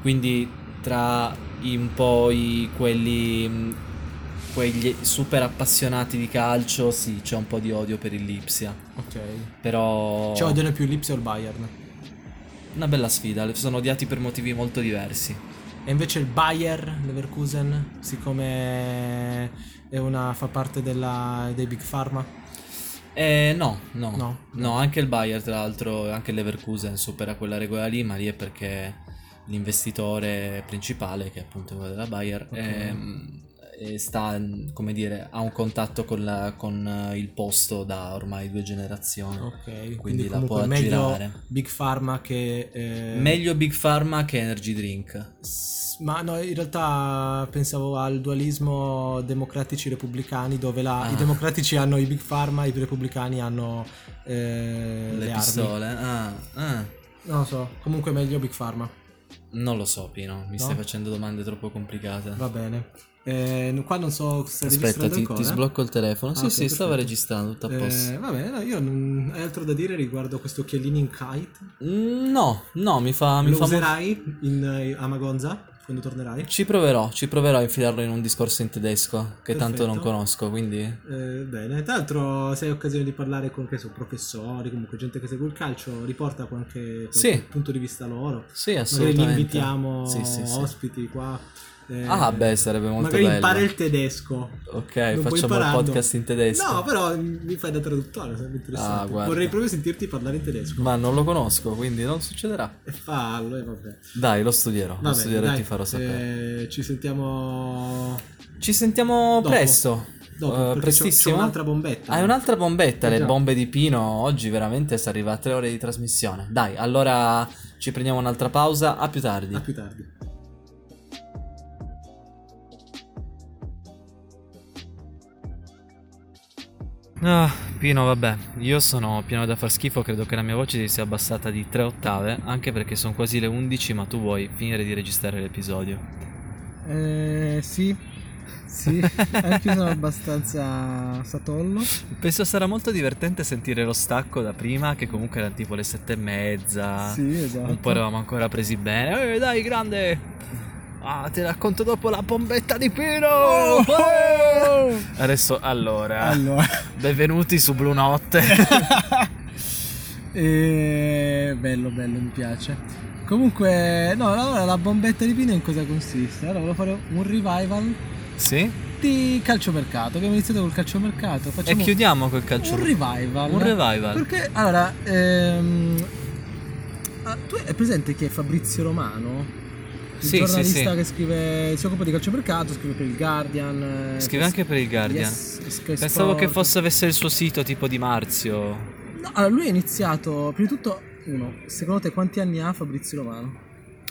Speaker 1: Quindi tra i- un po' i- quelli mh, quegli super appassionati di calcio, sì, c'è un po' di odio per il Lipsia,
Speaker 4: Ok.
Speaker 1: però
Speaker 4: Cioè odiano più il Lipsia o il Bayern.
Speaker 1: una bella sfida, sono odiati per motivi molto diversi.
Speaker 4: E invece il Bayern Leverkusen, siccome è una, fa parte della, dei Big Pharma.
Speaker 1: Eh, no, no,
Speaker 4: No.
Speaker 1: no, anche il Bayer tra l'altro, anche l'Everkusen supera quella regola lì, ma lì è perché l'investitore principale, che è appunto quello della Bayer,
Speaker 4: Ok.
Speaker 1: ehm, eh, sta, come dire, ha un contatto con, la- con, eh, il posto da ormai due generazioni,
Speaker 4: Ok, quindi,
Speaker 1: quindi la può
Speaker 4: comunque è meglio
Speaker 1: aggirare.
Speaker 4: Big Pharma che... eh,
Speaker 1: Meglio Big Pharma che Energy Drink.
Speaker 4: S- Ma no, in realtà pensavo al dualismo democratici-repubblicani, dove la-
Speaker 1: Ah.
Speaker 4: i democratici hanno i big pharma, i repubblicani hanno eh,
Speaker 1: Le,
Speaker 4: le, armi.
Speaker 1: pistole, ah, ah.
Speaker 4: Non lo so, comunque meglio big pharma.
Speaker 1: Non lo so, Pino,
Speaker 4: No?
Speaker 1: mi stai facendo domande troppo complicate.
Speaker 4: Va bene. Eh, n- qua non so se stai
Speaker 1: Aspetta,
Speaker 4: registrando
Speaker 1: ti,
Speaker 4: ancora.
Speaker 1: ti sblocco il telefono.
Speaker 4: Ah,
Speaker 1: sì,
Speaker 4: ok,
Speaker 1: sì,
Speaker 4: perfetto.
Speaker 1: stava registrando, tutto a posto.
Speaker 4: Eh, va bene, no, io non hai altro da dire riguardo questo occhialino in kite.
Speaker 1: Mm, No, no, mi fa, Ah, mi
Speaker 4: Lo
Speaker 1: fa mo-
Speaker 4: userai in, eh, a Magonza quando tornerai?
Speaker 1: Ci proverò, ci proverò a infilarlo in un discorso in tedesco che tanto
Speaker 4: Perfetto.
Speaker 1: non conosco, quindi...
Speaker 4: Eh, bene, tra l'altro se hai occasione di parlare con che so, professori, comunque gente che segue il calcio, riporta anche qualche
Speaker 1: Sì.
Speaker 4: punto di vista loro.
Speaker 1: Sì,
Speaker 4: Magari
Speaker 1: assolutamente.
Speaker 4: li invitiamo
Speaker 1: Sì, sì, sì.
Speaker 4: ospiti qua. eh,
Speaker 1: Ah, beh, sarebbe molto
Speaker 4: magari
Speaker 1: bello.
Speaker 4: impara il tedesco.
Speaker 1: Ok,
Speaker 4: Non puoi
Speaker 1: facciamo il
Speaker 4: impararlo.
Speaker 1: podcast in tedesco.
Speaker 4: No, però mi fai da traduttore, sarebbe
Speaker 1: Ah,
Speaker 4: interessante.
Speaker 1: guarda.
Speaker 4: Vorrei proprio sentirti parlare in tedesco.
Speaker 1: Ma non lo conosco, quindi non succederà.
Speaker 4: E fallo, e vabbè.
Speaker 1: Dai, lo studierò, lo
Speaker 4: Vabbè,
Speaker 1: studierò e
Speaker 4: dai,
Speaker 1: ti farò sapere.
Speaker 4: eh, ci sentiamo
Speaker 1: Ci sentiamo
Speaker 4: dopo.
Speaker 1: presto.
Speaker 4: dopo,
Speaker 1: Eh,
Speaker 4: perché c'ho-
Speaker 1: prestissimo.
Speaker 4: c'ho un'altra bombetta.
Speaker 1: Hai un'altra bombetta,
Speaker 4: Eh
Speaker 1: le
Speaker 4: già.
Speaker 1: bombe di Pino oggi veramente si arriva a tre ore di trasmissione. Dai, allora ci prendiamo un'altra pausa, a più tardi.
Speaker 4: A Ah, più tardi.
Speaker 1: Ah, Pino, vabbè, io sono pieno da far schifo, credo che la mia voce si sia abbassata di tre ottave, anche perché sono quasi le 11, ma tu vuoi finire di registrare l'episodio.
Speaker 2: Eh, sì,
Speaker 1: [LAUGHS]
Speaker 2: sì, anche io sono abbastanza satollo.
Speaker 1: Penso sarà molto divertente sentire lo stacco da prima, che comunque erano tipo le sette e mezza.
Speaker 2: Sì, esatto.
Speaker 1: Ah, Un po' eravamo ancora presi bene. Eh, dai, grande! Ah, ti racconto dopo la bombetta di Pino!
Speaker 2: Oh! [LAUGHS]
Speaker 1: Adesso, allora, [LAUGHS]
Speaker 2: Allora,
Speaker 1: benvenuti su Blu Notte.
Speaker 2: [LAUGHS] eh, bello, bello, mi piace. Comunque, no, allora la bombetta di Pino in cosa consiste? Allora, volevo fare un revival
Speaker 1: sì?
Speaker 2: di calciomercato. Abbiamo iniziato col calciomercato.
Speaker 1: E
Speaker 2: Facciamo
Speaker 1: chiudiamo col calcio.
Speaker 2: un revival.
Speaker 1: Un revival.
Speaker 2: Perché, allora, ehm, ah, tu hai presente che Fabrizio Romano? Il
Speaker 1: Sì, sì,
Speaker 2: giornalista
Speaker 1: sì.
Speaker 2: che scrive, si occupa di calciomercato, scrive per il Guardian. eh,
Speaker 1: Scrive
Speaker 2: per-
Speaker 1: anche per il Guardian.
Speaker 2: Yes, Sky
Speaker 1: Pensavo
Speaker 2: Sport.
Speaker 1: che fosse avesse il suo sito tipo di Marzio.
Speaker 2: No, allora lui ha iniziato. Prima di tutto, uno, secondo te quanti anni ha Fabrizio Romano?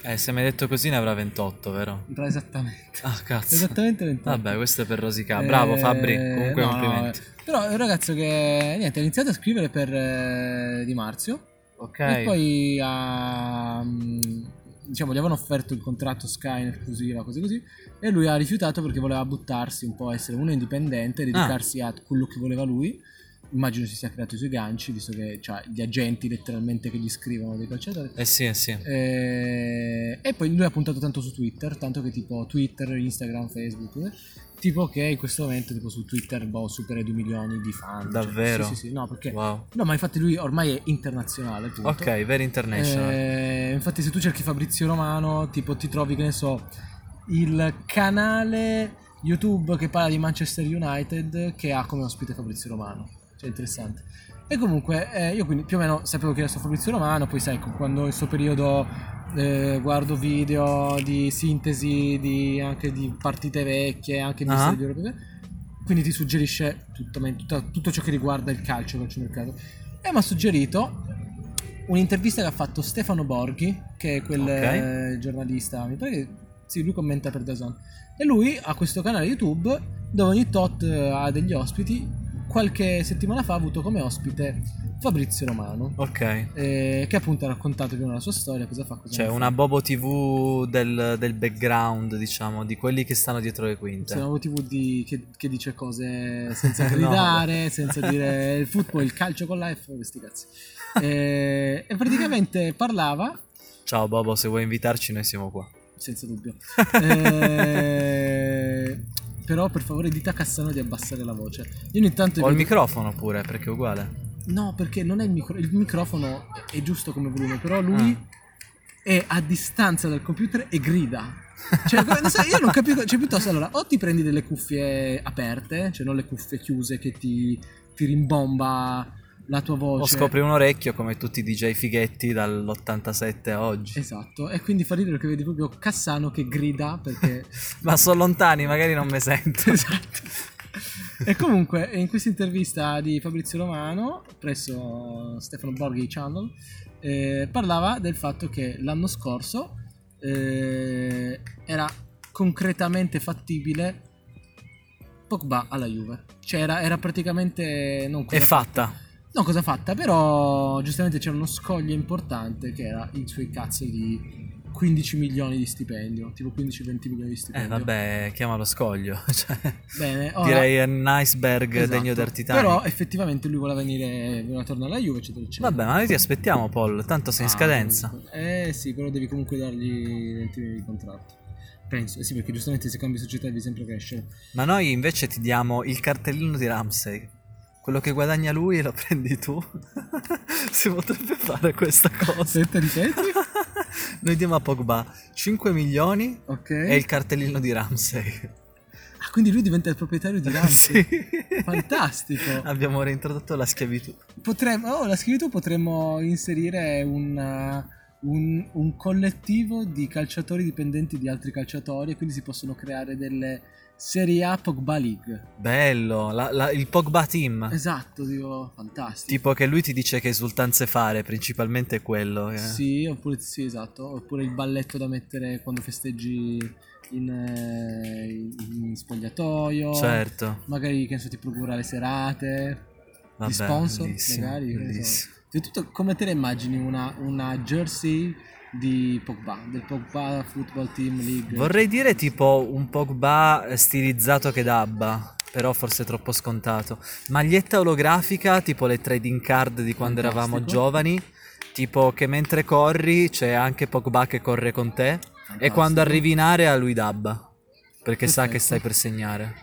Speaker 1: Eh, se mi hai detto così ne avrà 28, vero?
Speaker 2: Però esattamente.
Speaker 1: Ah, cazzo.
Speaker 2: [LAUGHS] Esattamente 20 anni.
Speaker 1: Vabbè, questo è per rosicare. Bravo Fabri,
Speaker 2: Eh,
Speaker 1: comunque
Speaker 2: no,
Speaker 1: complimenti.
Speaker 2: no, eh. però è un ragazzo che niente, ha iniziato a scrivere per eh, Di Marzio.
Speaker 1: ok.
Speaker 2: E poi ha, mm, diciamo, gli avevano offerto il contratto Sky in esclusiva, cose così, e lui ha rifiutato perché voleva buttarsi un po', essere uno indipendente,
Speaker 1: Ah.
Speaker 2: dedicarsi a quello che voleva lui. Immagino si sia creato i suoi ganci, visto che ha gli agenti letteralmente che gli scrivono dei calciatori.
Speaker 1: Eh sì, eh sì.
Speaker 2: Eh, E poi lui ha puntato tanto su Twitter, tanto che tipo Twitter, Instagram, Facebook, eh, tipo che in questo momento tipo su Twitter boh, supera i 2 milioni di fan. cioè,
Speaker 1: Davvero?
Speaker 2: sì, sì, sì, no, perché...
Speaker 1: Wow.
Speaker 2: No, ma infatti lui ormai è internazionale. Appunto.
Speaker 1: Ok, very international.
Speaker 2: Eh, infatti, se tu cerchi Fabrizio Romano, tipo ti trovi, che ne so, il canale YouTube che parla di Manchester United che ha come ospite Fabrizio Romano. Cioè, interessante. E comunque, eh, io quindi più o meno sapevo che era stato Fabrizio Romano, poi sai, con- quando in suo periodo eh, guardo video di sintesi, di- anche di partite vecchie, anche di
Speaker 1: Ah.
Speaker 2: serie europee, quindi ti suggerisce tuttamente- tutta- tutto ciò che riguarda il calcio, il calciomercato. E mi ha suggerito un'intervista che ha fatto Stefano Borghi, che è quel
Speaker 1: Ok.
Speaker 2: eh, giornalista, mi pare che sì, lui commenta per Dazon. E lui ha questo canale YouTube dove ogni tot eh, ha degli ospiti qualche settimana fa ha avuto come ospite Fabrizio Romano,
Speaker 1: Ok.
Speaker 2: eh, che appunto ha raccontato più o meno la sua storia, cosa fa, cosa
Speaker 1: Cioè
Speaker 2: non fa.
Speaker 1: una Bobo TV del, del background, diciamo, di quelli che stanno dietro le quinte.
Speaker 2: Siamo TV di- che, che dice
Speaker 1: [LAUGHS]
Speaker 2: cose senza
Speaker 1: No,
Speaker 2: gridare,
Speaker 1: vabbè.
Speaker 2: senza dire il football, il calcio con la F,
Speaker 1: [LAUGHS]
Speaker 2: questi cazzi. Eh, E, e praticamente parlava,
Speaker 1: Ciao Bobo, se vuoi invitarci noi siamo qua.
Speaker 2: senza dubbio,
Speaker 1: [LAUGHS]
Speaker 2: eh, però per favore dite a Cassano di abbassare la voce. Io ogni tanto...
Speaker 1: Ho il
Speaker 2: vedo-
Speaker 1: microfono pure, perché è uguale.
Speaker 2: No, perché non è il microfono. Il microfono è giusto come volume, però lui
Speaker 1: Ah.
Speaker 2: è a distanza dal computer e grida. Cioè, come- non so,
Speaker 1: [LAUGHS]
Speaker 2: io non capisco. Cioè, piuttosto allora, o ti prendi delle cuffie aperte, cioè non le cuffie chiuse che ti, ti rimbomba la tua voce.
Speaker 1: O scopri un orecchio come tutti i DJ fighetti dall'87 a oggi.
Speaker 2: Esatto, e quindi fa ridere che vedi proprio Cassano che grida perché
Speaker 1: Ma sono lontani, magari non mi sento.
Speaker 2: [LAUGHS] Esatto. e comunque in questa intervista di Fabrizio Romano presso Stefano Borghi Channel eh, parlava del fatto che l'anno scorso eh, era concretamente fattibile Pogba alla Juve cioè era, era praticamente non
Speaker 1: È
Speaker 2: cosa,
Speaker 1: fatta.
Speaker 2: non cosa fatta però giustamente c'era uno scoglio importante che era i suoi cazzi di 15 milioni di stipendio tipo 15-20 milioni di
Speaker 1: Eh
Speaker 2: stipendio
Speaker 1: vabbè, chiama lo scoglio. [LAUGHS] Cioè,
Speaker 2: Bene, ora-
Speaker 1: direi è un iceberg
Speaker 2: Esatto.
Speaker 1: degno del Titanic.
Speaker 2: Però effettivamente lui voleva venire, voleva tornare alla Juve, eccetera, eccetera.
Speaker 1: Vabbè, ma noi ti aspettiamo, Paul. Tanto sei in
Speaker 2: Ah,
Speaker 1: scadenza.
Speaker 2: comunque. Eh sì, però devi comunque dargli 20 milioni di contratto. Penso, eh sì, perché giustamente se cambi società devi sempre crescere.
Speaker 1: [LAUGHS] Ma noi invece ti diamo il cartellino di Ramsey. Quello che guadagna lui lo prendi tu. [LAUGHS] si potrebbe fare questa cosa.
Speaker 2: Aspetta, ripeti.
Speaker 1: [LAUGHS] Noi diamo a Pogba 5 milioni
Speaker 2: Ok.
Speaker 1: e il cartellino di Ramsey.
Speaker 2: Ah, quindi lui diventa il proprietario
Speaker 1: [LAUGHS]
Speaker 2: di Ramsey.
Speaker 1: Sì.
Speaker 2: Fantastico.
Speaker 1: Abbiamo reintrodotto la schiavitù.
Speaker 2: Potremmo, oh, la scritto potremmo inserire un, uh, un- un collettivo di calciatori dipendenti di altri calciatori e quindi si possono creare delle Serie A Pogba League.
Speaker 1: Bello, la- la- il Pogba team.
Speaker 2: Esatto, dico, fantastico.
Speaker 1: Tipo che lui Ah. ti dice che esultanze fare, principalmente quello. eh.
Speaker 2: Sì, oppure sì, esatto. Oppure il balletto da mettere quando festeggi in, eh, in spogliatoio.
Speaker 1: Certo.
Speaker 2: Magari che ne so, ti procura le serate.
Speaker 1: Vabbè,
Speaker 2: gli sponsor,
Speaker 1: bellissimo,
Speaker 2: magari. che ne so.
Speaker 1: bellissimo.
Speaker 2: Di tutto, come te le immagini una, una jersey di Pogba, del Pogba Football Team League?
Speaker 1: Vorrei dire tipo un Pogba stilizzato che dabba, però forse troppo scontato. Maglietta olografica, tipo le trading card di quando
Speaker 2: Fantastico.
Speaker 1: eravamo giovani, tipo che mentre corri c'è anche Pogba che corre con te e
Speaker 2: Fantastico.
Speaker 1: quando arrivi in area lui dabba, perché
Speaker 2: [LAUGHS]
Speaker 1: sa
Speaker 2: Perfetto.
Speaker 1: che stai per segnare.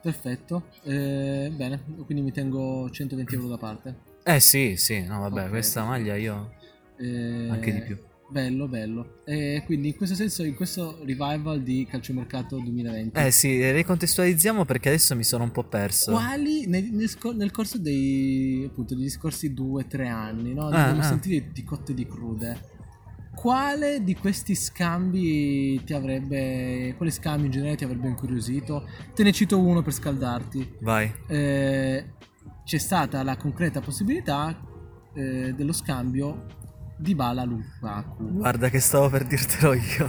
Speaker 2: Perfetto, Eh, bene, quindi mi tengo 120 euro da parte.
Speaker 1: Eh sì, sì, no vabbè,
Speaker 2: Ok.
Speaker 1: questa maglia io...
Speaker 2: Eh,
Speaker 1: Anche di più.
Speaker 2: Bello, bello. E quindi in questo senso, in questo revival di calciomercato 2020,
Speaker 1: Eh sì, ricontestualizziamo perché adesso mi sono un po' perso.
Speaker 2: quali nel, nel scor- nel corso dei appunto degli scorsi 2-3 anni, no?
Speaker 1: Ah,
Speaker 2: Abbiamo
Speaker 1: ah.
Speaker 2: sentito di cotte e di crude. Quale di questi scambi ti avrebbe. Quale scambio in generale ti avrebbe incuriosito? Te ne cito uno per scaldarti.
Speaker 1: Vai.
Speaker 2: Eh, c'è stata la concreta possibilità eh, dello scambio di Bala Lukaku.
Speaker 1: Guarda che stavo per dirtelo io.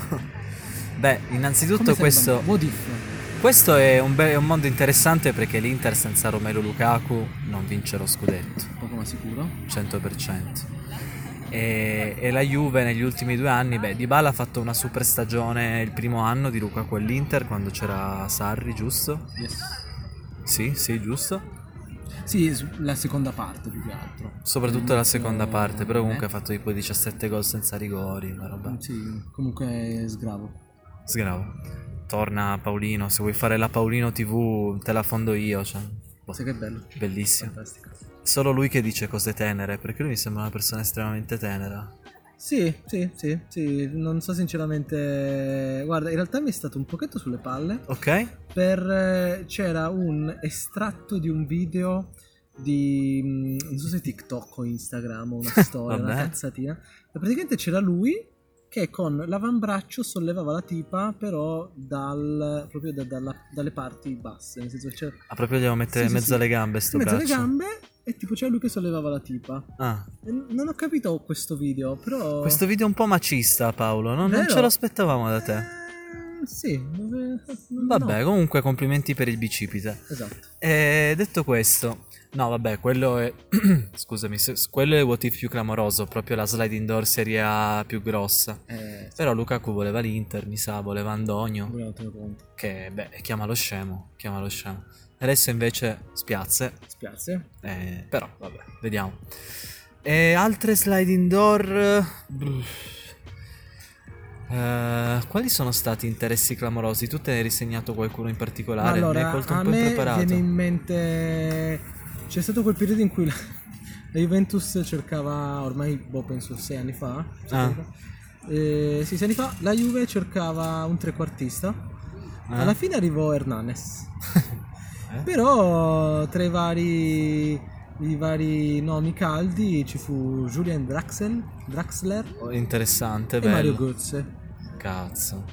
Speaker 1: [LAUGHS] Beh, innanzitutto
Speaker 2: Come sarebbe?
Speaker 1: questo,
Speaker 2: What if?
Speaker 1: questo è, un be- è un mondo interessante perché l'Inter senza Romelu Lukaku non vince lo scudetto,
Speaker 2: poco ma sicuro.
Speaker 1: 100%. E, e la Juve negli ultimi due anni, beh, Dybala ha fatto una super stagione il primo anno di Lukaku all'Inter quando c'era Sarri, giusto? Sì, sì, giusto.
Speaker 2: Sì, su- la seconda parte più che altro.
Speaker 1: Soprattutto la seconda
Speaker 2: Eh,
Speaker 1: parte, però comunque
Speaker 2: eh. mm,
Speaker 1: ha fatto tipo 17 gol senza rigori, una roba.
Speaker 2: Sì, comunque è sgravo.
Speaker 1: Sgravo. Torna Paolino, se vuoi fare la Paolino TV te la fondo io, cioè. boh,
Speaker 2: Sai che bello.
Speaker 1: Bellissimo.
Speaker 2: Fantastico.
Speaker 1: Solo lui che dice cose tenere, perché lui mi sembra una persona estremamente tenera.
Speaker 2: Sì, sì, sì, sì, non so sinceramente... Guarda, in realtà mi è stato un pochetto sulle palle
Speaker 1: Ok?
Speaker 2: per... eh, c'era un estratto di un video di... mh, non so se TikTok o Instagram o
Speaker 1: [LAUGHS]
Speaker 2: una storia, una
Speaker 1: Vabbè.
Speaker 2: cazzatina. E praticamente c'era lui che con l'avambraccio sollevava la tipa però dal, proprio da- dalla- dalle parti basse, nel senso che c'era
Speaker 1: Ah, proprio gli devo mettere
Speaker 2: Sì,
Speaker 1: in
Speaker 2: sì,
Speaker 1: mezzo
Speaker 2: sì.
Speaker 1: alle gambe sto
Speaker 2: in mezzo alle
Speaker 1: braccio.
Speaker 2: gambe e tipo c'era lui che sollevava la tipa.
Speaker 1: Ah,
Speaker 2: E n- Non ho capito questo video, però...
Speaker 1: questo video è un po' macista, Paolo. no? Non
Speaker 2: Vero?
Speaker 1: ce lo aspettavamo da te.
Speaker 2: Eh, sì, dove-
Speaker 1: Vabbè, comunque complimenti per il bicipite.
Speaker 2: Esatto.
Speaker 1: E detto questo, no, vabbè, quello è. [CLEARS THROAT] scusami, se- quello è il what if più clamoroso. Proprio la slide indoor serie A più grossa.
Speaker 2: Eh,
Speaker 1: Però Lukaku voleva l'Inter, mi sa, voleva Andogno.
Speaker 2: volevo tenere conto.
Speaker 1: Che beh, chiama lo scemo. Chiama lo scemo. Adesso invece spiazze.
Speaker 2: Spiazze.
Speaker 1: eh, però, vabbè, vediamo. E altre slide indoor. eh, brr. Eh, quali sono stati interessi clamorosi? Tu te ne hai risegnato qualcuno in particolare? mi hai
Speaker 2: allora,
Speaker 1: colto
Speaker 2: a
Speaker 1: un po'
Speaker 2: me
Speaker 1: impreparato.
Speaker 2: viene in mente... C'è stato quel periodo in cui la, [LAUGHS] la Juventus cercava, ormai boh, penso sei anni fa. sette
Speaker 1: Ah.
Speaker 2: anni fa. Eh, sì, sei anni fa la Juve cercava un trequartista.
Speaker 1: Eh?
Speaker 2: Alla fine arrivò Hernanes. Però tra i vari, i vari nomi caldi ci fu Julian Draxel, Draxler
Speaker 1: Oh, Interessante,
Speaker 2: e
Speaker 1: bello.
Speaker 2: Mario Götze.
Speaker 1: Cazzo.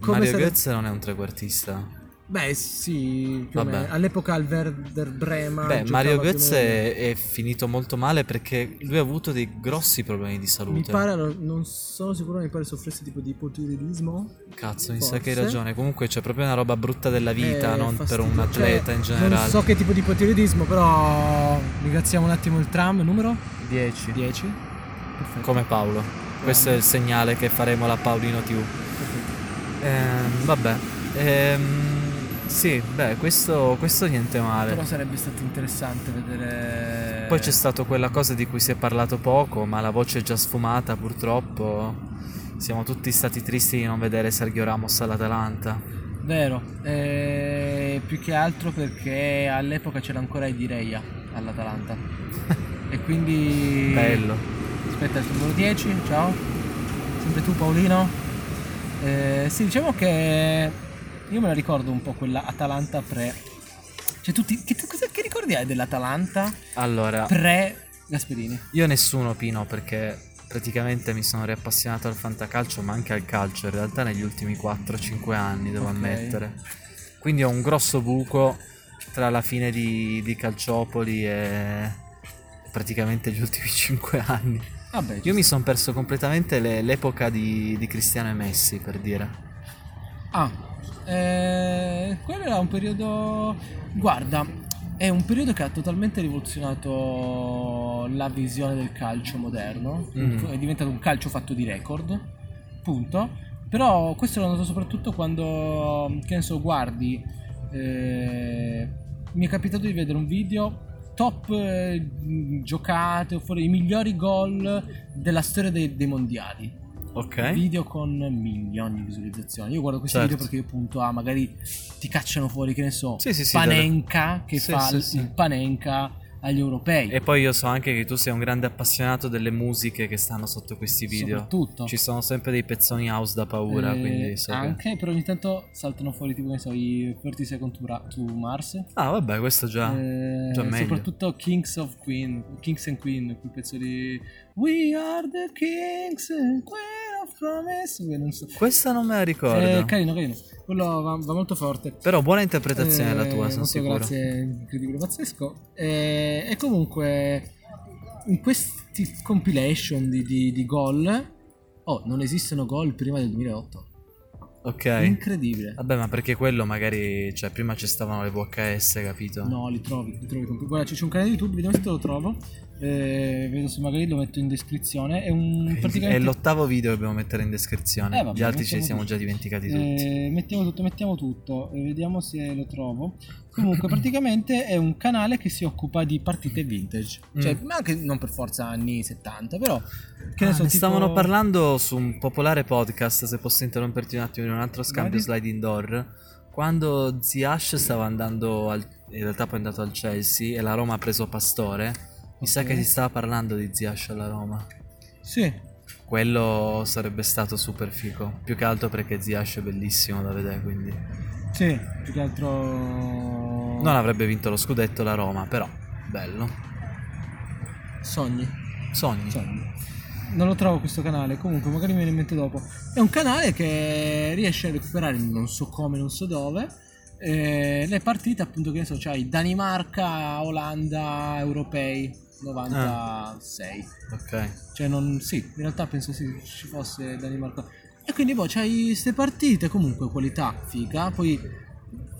Speaker 2: Come
Speaker 1: Mario
Speaker 2: sare-
Speaker 1: Götze non è un trequartista.
Speaker 2: Beh sì, più o
Speaker 1: Vabbè.
Speaker 2: meno. all'epoca al Werder Brema.
Speaker 1: Beh,
Speaker 2: Ah, giocava
Speaker 1: Mario
Speaker 2: più o meno-
Speaker 1: Götze è, è finito molto male perché lui ha avuto dei grossi problemi di salute.
Speaker 2: Mi pare, allora, non sono sicuro, mi pare soffrisse tipo di ipotiroidismo.
Speaker 1: Cazzo, mi sa che hai
Speaker 2: Forse.
Speaker 1: ragione. Comunque c'è proprio una roba brutta della vita,
Speaker 2: Eh,
Speaker 1: non
Speaker 2: fastidio.
Speaker 1: per un atleta
Speaker 2: Cioè,
Speaker 1: in generale.
Speaker 2: Non so che tipo di ipotiroidismo, però ringraziamo un attimo il tram, numero
Speaker 1: 10.
Speaker 2: 10. Perfetto.
Speaker 1: Come Paolo. Questo è il segnale che faremo la Paolino TV. Ehm, vabbè. Ehm, sì, beh, questo, questo niente male.
Speaker 2: Però sarebbe stato interessante vedere...
Speaker 1: Poi c'è stata quella cosa di cui si è parlato poco, ma la voce è già sfumata purtroppo. Siamo tutti stati tristi di non vedere Sergio Ramos all'Atalanta.
Speaker 2: Vero, eh, più che altro perché all'epoca c'era ancora Edireia
Speaker 1: [LAUGHS]
Speaker 2: all'Atalanta. e quindi...
Speaker 1: Bello.
Speaker 2: Aspetta, il numero 10, ciao. Sempre tu Paolino. Eh, sì, diciamo che io me la ricordo un po' quella Atalanta pre... Cioè tutti... Che, cosa- che ricordi hai dell'Atalanta
Speaker 1: Allora,
Speaker 2: pre Gasperini?
Speaker 1: io nessuno Pino perché praticamente mi sono riappassionato al fantacalcio, ma anche al calcio in realtà negli ultimi 4-5 anni, devo
Speaker 2: Ok.
Speaker 1: ammettere. Quindi ho un grosso buco tra la fine di, di Calciopoli e praticamente gli ultimi [LAUGHS] 5 anni.
Speaker 2: Vabbè, Ah, ci
Speaker 1: Io mi sono perso completamente le- l'epoca di, di Cristiano e Messi, per dire.
Speaker 2: Ah, eh, quello era un periodo. Guarda, è un periodo che ha totalmente rivoluzionato la visione del calcio moderno.
Speaker 1: Mm.
Speaker 2: È diventato un calcio fatto di record, punto. Però questo lo noto soprattutto quando, che ne so, guardi. eh, mi è capitato di vedere un video top eh, giocate, fuori, i migliori gol della storia dei- dei mondiali
Speaker 1: Ok.
Speaker 2: video con milioni di visualizzazioni. Io guardo questi
Speaker 1: Certo.
Speaker 2: video perché io punto a magari ti cacciano fuori, che ne so,
Speaker 1: Sì, sì, sì,
Speaker 2: Panenka che
Speaker 1: Sì,
Speaker 2: fa
Speaker 1: sì,
Speaker 2: il-
Speaker 1: sì.
Speaker 2: il Panenka agli europei.
Speaker 1: E poi io so anche che tu sei un grande appassionato delle musiche che stanno sotto questi video.
Speaker 2: Soprattutto.
Speaker 1: Ci sono sempre dei pezzoni house da paura,
Speaker 2: Eh,
Speaker 1: quindi so che-
Speaker 2: anche, però ogni tanto saltano fuori tipo, che ne so, i 30 Second to, Ra- to Mars.
Speaker 1: Ah, vabbè, questo già.
Speaker 2: Eh,
Speaker 1: già meglio.
Speaker 2: soprattutto Kings of Queen, Kings and Queen, quel pezzo di We are the Kings and Queen of Promise. Non so.
Speaker 1: Questa non me la ricordo.
Speaker 2: Eh, carino, carino. Quello va- va molto forte.
Speaker 1: Però buona interpretazione la
Speaker 2: Eh,
Speaker 1: tua, sono
Speaker 2: molto
Speaker 1: sicuro.
Speaker 2: Grazie, incredibile, pazzesco. Eh, e comunque, in questi compilation di, di- di gol, oh, non esistono gol prima del 2008.
Speaker 1: Ok.
Speaker 2: Mm. Incredibile.
Speaker 1: Vabbè, ma perché quello magari, cioè, prima ci stavano le VHS, capito?
Speaker 2: No, li trovi, li trovi. compl- Guarda, c'è c'è un canale YouTube, vediamo se te lo trovo. Eh, vedo se magari lo metto in descrizione. È un
Speaker 1: Quindi È
Speaker 2: praticamente.
Speaker 1: l'ottavo video che dobbiamo mettere in descrizione.
Speaker 2: Eh, vabbè,
Speaker 1: Gli altri ce
Speaker 2: mettiamo
Speaker 1: li siamo
Speaker 2: tutti.
Speaker 1: già dimenticati tutti.
Speaker 2: Eh, mettiamo tutto, mettiamo tutto, eh, vediamo se lo trovo.
Speaker 1: [LAUGHS]
Speaker 2: Comunque, praticamente è un canale che si occupa di partite vintage,
Speaker 1: Mm.
Speaker 2: cioè, ma anche non per forza anni 70, però che ne
Speaker 1: Ah,
Speaker 2: so,
Speaker 1: ne
Speaker 2: tipo-
Speaker 1: stavano parlando su un popolare podcast, se posso interromperti un attimo in un altro scambio
Speaker 2: Vai.
Speaker 1: slide indoor, quando Ziash stava andando al, in realtà poi è andato al Chelsea e la Roma ha preso Pastore, mi sa
Speaker 2: Ok.
Speaker 1: che si stava parlando di Ziash alla Roma.
Speaker 2: Sì.
Speaker 1: Quello sarebbe stato super fico, più che altro perché Ziash è bellissimo da vedere, quindi
Speaker 2: Sì, più che altro
Speaker 1: non avrebbe vinto lo scudetto la Roma, però bello.
Speaker 2: sogni.
Speaker 1: Sogni.
Speaker 2: sogni. Cioè, Non lo trovo questo canale, comunque magari mi viene in mente dopo. È un canale che riesce a recuperare non so come, non so dove. eh, le partite appunto che ne so, c'hai Danimarca, Olanda, europei 96.
Speaker 1: Ok. Ah.
Speaker 2: Cioè non sì, in realtà penso sì, ci fosse Danimarca. E quindi boh, c'hai queste partite, comunque qualità figa. Poi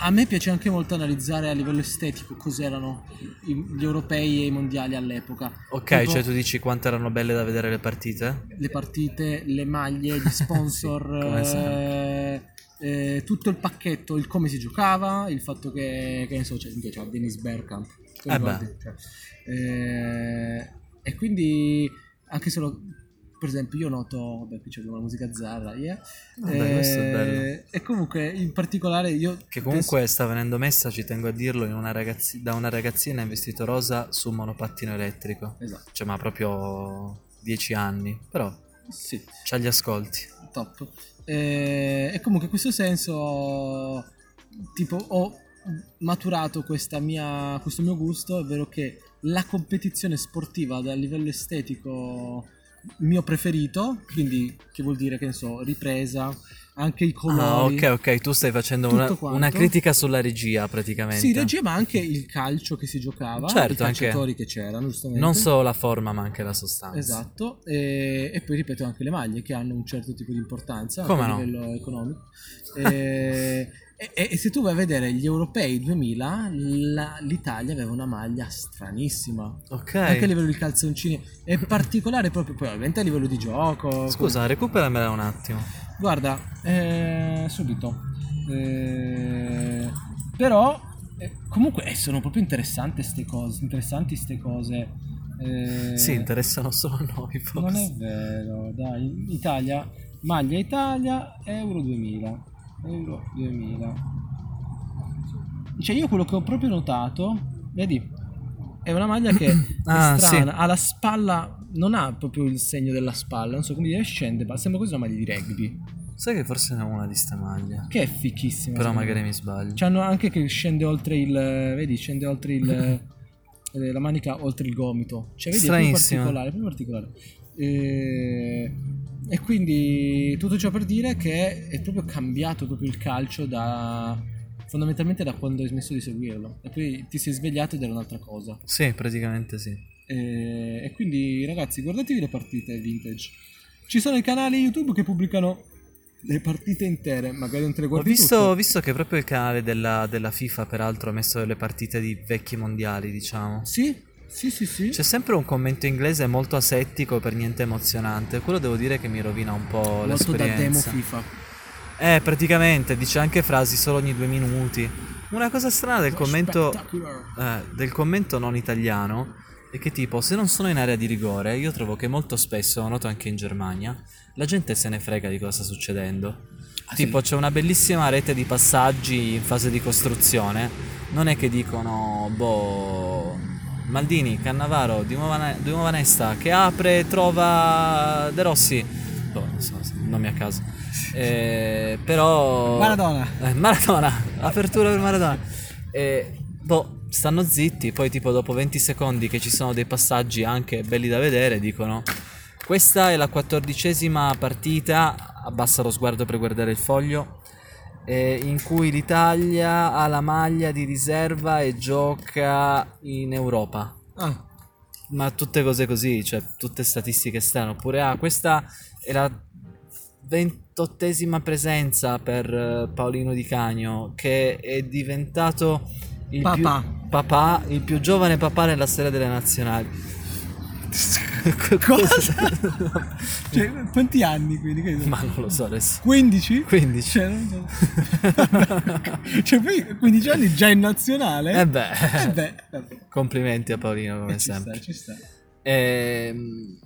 Speaker 2: a me piace anche molto analizzare a livello estetico cos'erano i- gli europei e i mondiali all'epoca.
Speaker 1: Ok,
Speaker 2: Tipo,
Speaker 1: cioè tu dici quanto erano belle da vedere le partite?
Speaker 2: le partite, le maglie, gli sponsor,
Speaker 1: [LAUGHS] Sì, come sempre.
Speaker 2: eh, eh, tutto il pacchetto, il come si giocava, il fatto che, che ne so, c'è, minchia, c'era Dennis Bergkamp. te lo
Speaker 1: Eh
Speaker 2: ricordi? Cioè, eh, e quindi anche solo, per esempio, io noto, vabbè, qui c'è la musica zarra, yeah. Eh,
Speaker 1: Vabbè, questo è bello.
Speaker 2: E comunque, in particolare, io...
Speaker 1: Che comunque sta venendo messa, ci tengo a dirlo, in una ragazzi- da una ragazzina in vestito rosa su un monopattino elettrico.
Speaker 2: penso- Esatto,
Speaker 1: Cioè, ma proprio 10 anni. Però
Speaker 2: sì.
Speaker 1: c'ha gli ascolti.
Speaker 2: top. Eh, E, comunque in questo senso, tipo, ho maturato questa mia, questo mio gusto, ovvero che la competizione sportiva dal livello estetico mio preferito, quindi che vuol dire che ne so, ripresa, anche i
Speaker 1: Ah,
Speaker 2: colori.
Speaker 1: ok, ok, tu stai facendo
Speaker 2: Tutto
Speaker 1: una,
Speaker 2: quanto.
Speaker 1: una critica sulla regia praticamente.
Speaker 2: Sì, regia, ma anche il calcio che si giocava,
Speaker 1: Certo,
Speaker 2: i calciatori che c'erano, giustamente.
Speaker 1: Non solo la forma, ma anche la sostanza.
Speaker 2: Esatto, e, e poi ripeto anche le maglie che hanno un certo tipo di importanza
Speaker 1: Come
Speaker 2: anche
Speaker 1: no?
Speaker 2: a livello economico. Eh, e, e- e se tu vai a vedere gli europei 2000, la- l'Italia aveva una maglia stranissima,
Speaker 1: Ok.
Speaker 2: anche a livello di calzoncini, è particolare proprio poi ovviamente a livello di gioco.
Speaker 1: Scusa, recuperamela un attimo.
Speaker 2: Guarda, eh, subito. Eh, però, eh, comunque, eh, sono proprio interessanti queste cose. Interessanti ste cose. Eh,
Speaker 1: Sì, interessano solo a noi, [LAUGHS] forse.
Speaker 2: Non è vero, dai. Italia, maglia Italia, Euro 2000. Euro 2000. Cioè, io quello che ho proprio notato, vedi, è una maglia che
Speaker 1: [CLEARS THROAT] Ah,
Speaker 2: è strana, ha la spalla, non ha proprio il segno della spalla, non so come dire, scende, ma sembra quasi una maglia di rugby.
Speaker 1: Sai che forse ne ho una di sta maglia.
Speaker 2: Che è fichissima.
Speaker 1: Però
Speaker 2: secondo
Speaker 1: magari
Speaker 2: me.
Speaker 1: mi sbaglio.
Speaker 2: C'hanno anche che scende oltre il. Vedi, scende oltre
Speaker 1: [LAUGHS]
Speaker 2: il. eh, la manica oltre il gomito. Cioè, vedi, è più
Speaker 1: Stranissimo.
Speaker 2: particolare. Più particolare. E, e quindi tutto ciò per dire che è proprio cambiato proprio il calcio da. Fondamentalmente da quando hai smesso di seguirlo. E poi ti sei svegliato ed era un'altra cosa.
Speaker 1: Sì, praticamente sì.
Speaker 2: E, e quindi, ragazzi, guardatevi le partite vintage. Ci sono i canali YouTube che pubblicano le partite intere, magari non te le
Speaker 1: Ho
Speaker 2: guardi
Speaker 1: visto,
Speaker 2: tutte.
Speaker 1: ho visto che proprio il canale della, della FIFA, peraltro, ha messo le partite di vecchi mondiali, diciamo.
Speaker 2: Sì, sì, sì, sì.
Speaker 1: C'è sempre un commento inglese molto asettico, per niente emozionante. Quello devo dire che mi rovina un po'
Speaker 2: Molto da demo
Speaker 1: l'esperienza.
Speaker 2: FIFA.
Speaker 1: eh, praticamente, dice anche frasi solo ogni due minuti. Una cosa strana del commento
Speaker 2: Spectacular.
Speaker 1: eh, del commento non italiano è che tipo se non sono in area di rigore io trovo che molto spesso, lo noto anche in Germania, la gente se ne frega di cosa sta succedendo. tipo c'è una bellissima rete di passaggi in fase di costruzione, non è che dicono boh... Maldini, Cannavaro, Di Nuova Di Nuova Nesta che apre, trova De Rossi. Boh, non so, nomi a caso. Eh, però...
Speaker 2: Maradona.
Speaker 1: Eh, Maradona, apertura per Maradona. E, boh, stanno zitti, poi tipo dopo 20 secondi che ci sono dei passaggi anche belli da vedere, dicono questa è la quattordicesima partita, abbassa lo sguardo per guardare il foglio, eh, in cui l'Italia ha la maglia di riserva e gioca in Europa.
Speaker 2: Ah,
Speaker 1: Ma tutte cose così, cioè tutte statistiche strane. Oppure, ah, questa è la ventottesima presenza per eh, Paolino Di Cagno, che è diventato il
Speaker 2: Papà.
Speaker 1: più papà, il più giovane papà nella storia delle
Speaker 2: [LAUGHS]
Speaker 1: nazionali.
Speaker 2: Cosa? cioè, quanti anni quindi? Che ne
Speaker 1: [LAUGHS]
Speaker 2: so?
Speaker 1: Ma non lo so adesso.
Speaker 2: 15?
Speaker 1: 15.
Speaker 2: Cioè, non so. [LAUGHS] Cioè, poi 15 anni già in nazionale?
Speaker 1: Eh beh. [LAUGHS]
Speaker 2: Eh beh, vabbè.
Speaker 1: Complimenti a Paolino come
Speaker 2: Eh, ci
Speaker 1: sempre.
Speaker 2: sta, ci sta.
Speaker 1: Ehm,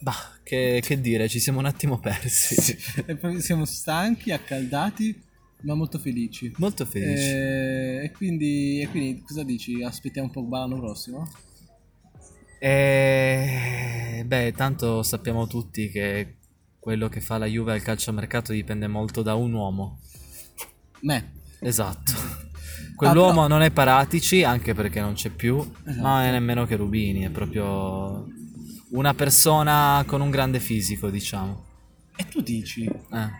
Speaker 1: bah, che, che dire, ci siamo un attimo persi.
Speaker 2: E poi siamo stanchi, accaldati, ma molto felici.
Speaker 1: Molto felici.
Speaker 2: Eh, E, quindi, e quindi cosa dici? Aspettiamo un po' l'anno prossimo?
Speaker 1: Eh, beh, tanto sappiamo tutti che quello che fa la Juve al calciomercato dipende molto da un uomo.
Speaker 2: Beh, [LAUGHS]
Speaker 1: Esatto. Quell'uomo
Speaker 2: Ah, però-
Speaker 1: non è Paratici, anche perché non c'è più,
Speaker 2: Esatto.
Speaker 1: ma non è nemmeno che Rubini, è proprio una persona con un grande fisico, diciamo.
Speaker 2: e tu dici,
Speaker 1: Eh,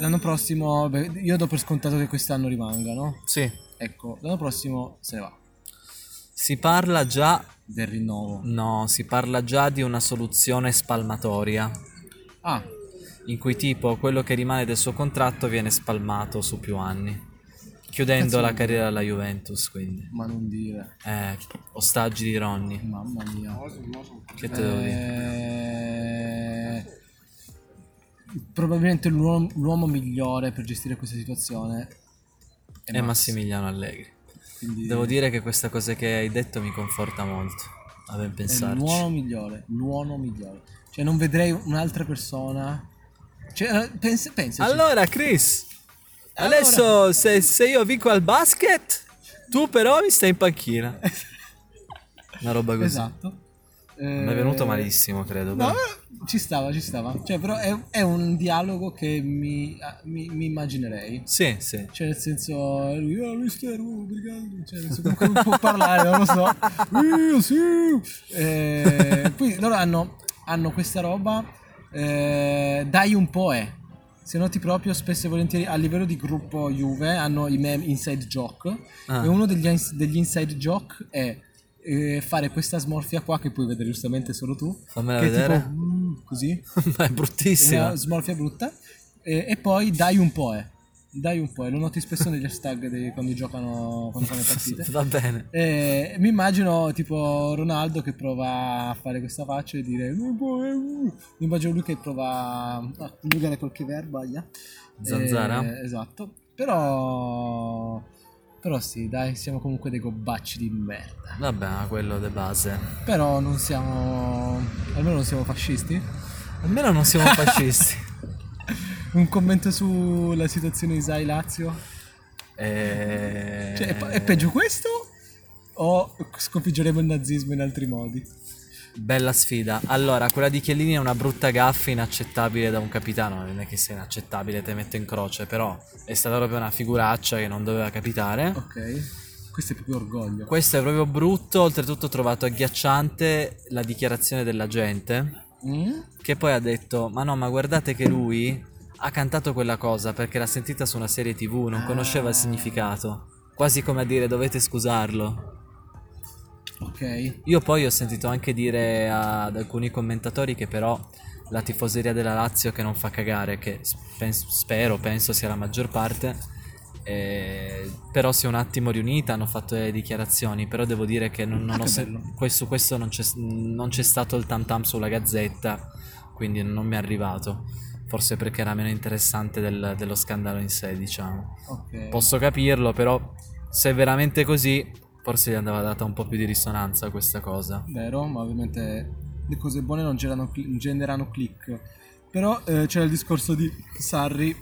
Speaker 2: l'anno prossimo, beh, io do per scontato che quest'anno rimanga, no?
Speaker 1: sì,
Speaker 2: Ecco, l'anno prossimo se ne va
Speaker 1: si parla già
Speaker 2: del rinnovo.
Speaker 1: No, si parla già di una soluzione spalmatoria.
Speaker 2: Ah,
Speaker 1: in cui tipo quello che rimane del suo contratto viene spalmato su più anni, chiudendo
Speaker 2: Cazzo,
Speaker 1: la
Speaker 2: non-
Speaker 1: carriera alla Juventus, quindi.
Speaker 2: Ma non dire.
Speaker 1: Eh, ostaggi di Ronny.
Speaker 2: Mamma mia.
Speaker 1: Che te devo dire?
Speaker 2: Eh, Probabilmente l'uomo, l'uomo migliore per gestire questa situazione è,
Speaker 1: È
Speaker 2: Max,
Speaker 1: Massimiliano Allegri.
Speaker 2: quindi
Speaker 1: Eh, Devo dire che questa cosa che hai detto mi conforta molto, a ben
Speaker 2: è
Speaker 1: pensarci.
Speaker 2: l'uomo migliore, l'uomo migliore. Cioè non vedrei un'altra persona. Cioè, pensa, pensaci.
Speaker 1: Allora, Chris,
Speaker 2: Allora.
Speaker 1: adesso se, se io vinco al basket, tu però mi stai in panchina. Una roba così.
Speaker 2: [LAUGHS] Esatto. Eh,
Speaker 1: Mi è venuto malissimo, credo.
Speaker 2: No,
Speaker 1: però.
Speaker 2: eh, ci stava, ci stava. Cioè, però è, è un dialogo che mi, ah, mi- mi immaginerei.
Speaker 1: Sì, sì. [LAUGHS]
Speaker 2: Cioè, nel senso, lui, oh, mister, oh, brigando", cioè, nel senso, comunque non può parlare, non lo so. Io sì. Eh, poi loro hanno, hanno questa roba, eh, dai un po' eh. Se noti proprio, spesso e volentieri, a livello di gruppo Juve, hanno i meme inside joke.
Speaker 1: Ah.
Speaker 2: E uno degli, ins- degli inside joke è eh, fare questa smorfia qua, che puoi vedere giustamente solo tu.
Speaker 1: Fammela
Speaker 2: Che è tipo,
Speaker 1: vedere.
Speaker 2: "Mm", così.
Speaker 1: Ma è
Speaker 2: È
Speaker 1: bruttissima.
Speaker 2: una smorfia brutta. E, e poi dai un po', eh. Dai un po', eh. Lo noti spesso negli hashtag dei- quando giocano, quando fanno le
Speaker 1: [LAUGHS]
Speaker 2: partite.
Speaker 1: Va bene.
Speaker 2: E mi immagino tipo Ronaldo che prova a fare questa faccia e dire "Non può, eh, uh". mi immagino lui che prova a congiugare qualche verbo ahia.
Speaker 1: Zanzara?
Speaker 2: Eh, esatto però però sì dai siamo comunque dei gobbacci di merda
Speaker 1: Vabbè, ma quello de base.
Speaker 2: però non siamo almeno non siamo fascisti
Speaker 1: Almeno non [LAUGHS] siamo fascisti.
Speaker 2: un commento sulla situazione di Zai Lazio
Speaker 1: Eh,
Speaker 2: Cioè, è, pe- è peggio questo o sconfiggeremo il nazismo in altri modi
Speaker 1: Bella sfida. Allora, quella di Chiellini è una brutta gaffa inaccettabile da un capitano. Non è che sia inaccettabile, te metto in croce, però è stata proprio una figuraccia che non doveva capitare.
Speaker 2: ok questo è proprio orgoglio
Speaker 1: Questo è proprio brutto, oltretutto ho trovato agghiacciante la dichiarazione della gente
Speaker 2: Mm?
Speaker 1: che poi ha detto "Ma no, ma guardate che lui ha cantato quella cosa perché l'ha sentita su una serie TV, non conosceva il significato". Quasi come a dire "Dovete scusarlo".
Speaker 2: Ok.
Speaker 1: Io poi ho sentito anche dire ad alcuni commentatori che però la tifoseria della Lazio che non fa cagare, che pens- spero, penso sia la maggior parte, eh, però si è un attimo riunita, hanno fatto le dichiarazioni, però devo dire che non, non
Speaker 2: Ah,
Speaker 1: ho
Speaker 2: che
Speaker 1: se-
Speaker 2: bello.
Speaker 1: questo, questo non, c'è, non c'è stato il tam tam sulla gazzetta, quindi non mi è arrivato, forse perché era meno interessante del- dello scandalo in sé, diciamo.
Speaker 2: Ok.
Speaker 1: Posso capirlo, però se è veramente così, forse gli andava data un po' più di risonanza a questa cosa.
Speaker 2: Vero, ma ovviamente le cose buone non generano, cli- generano click. Però eh, c'era il discorso di Sarri,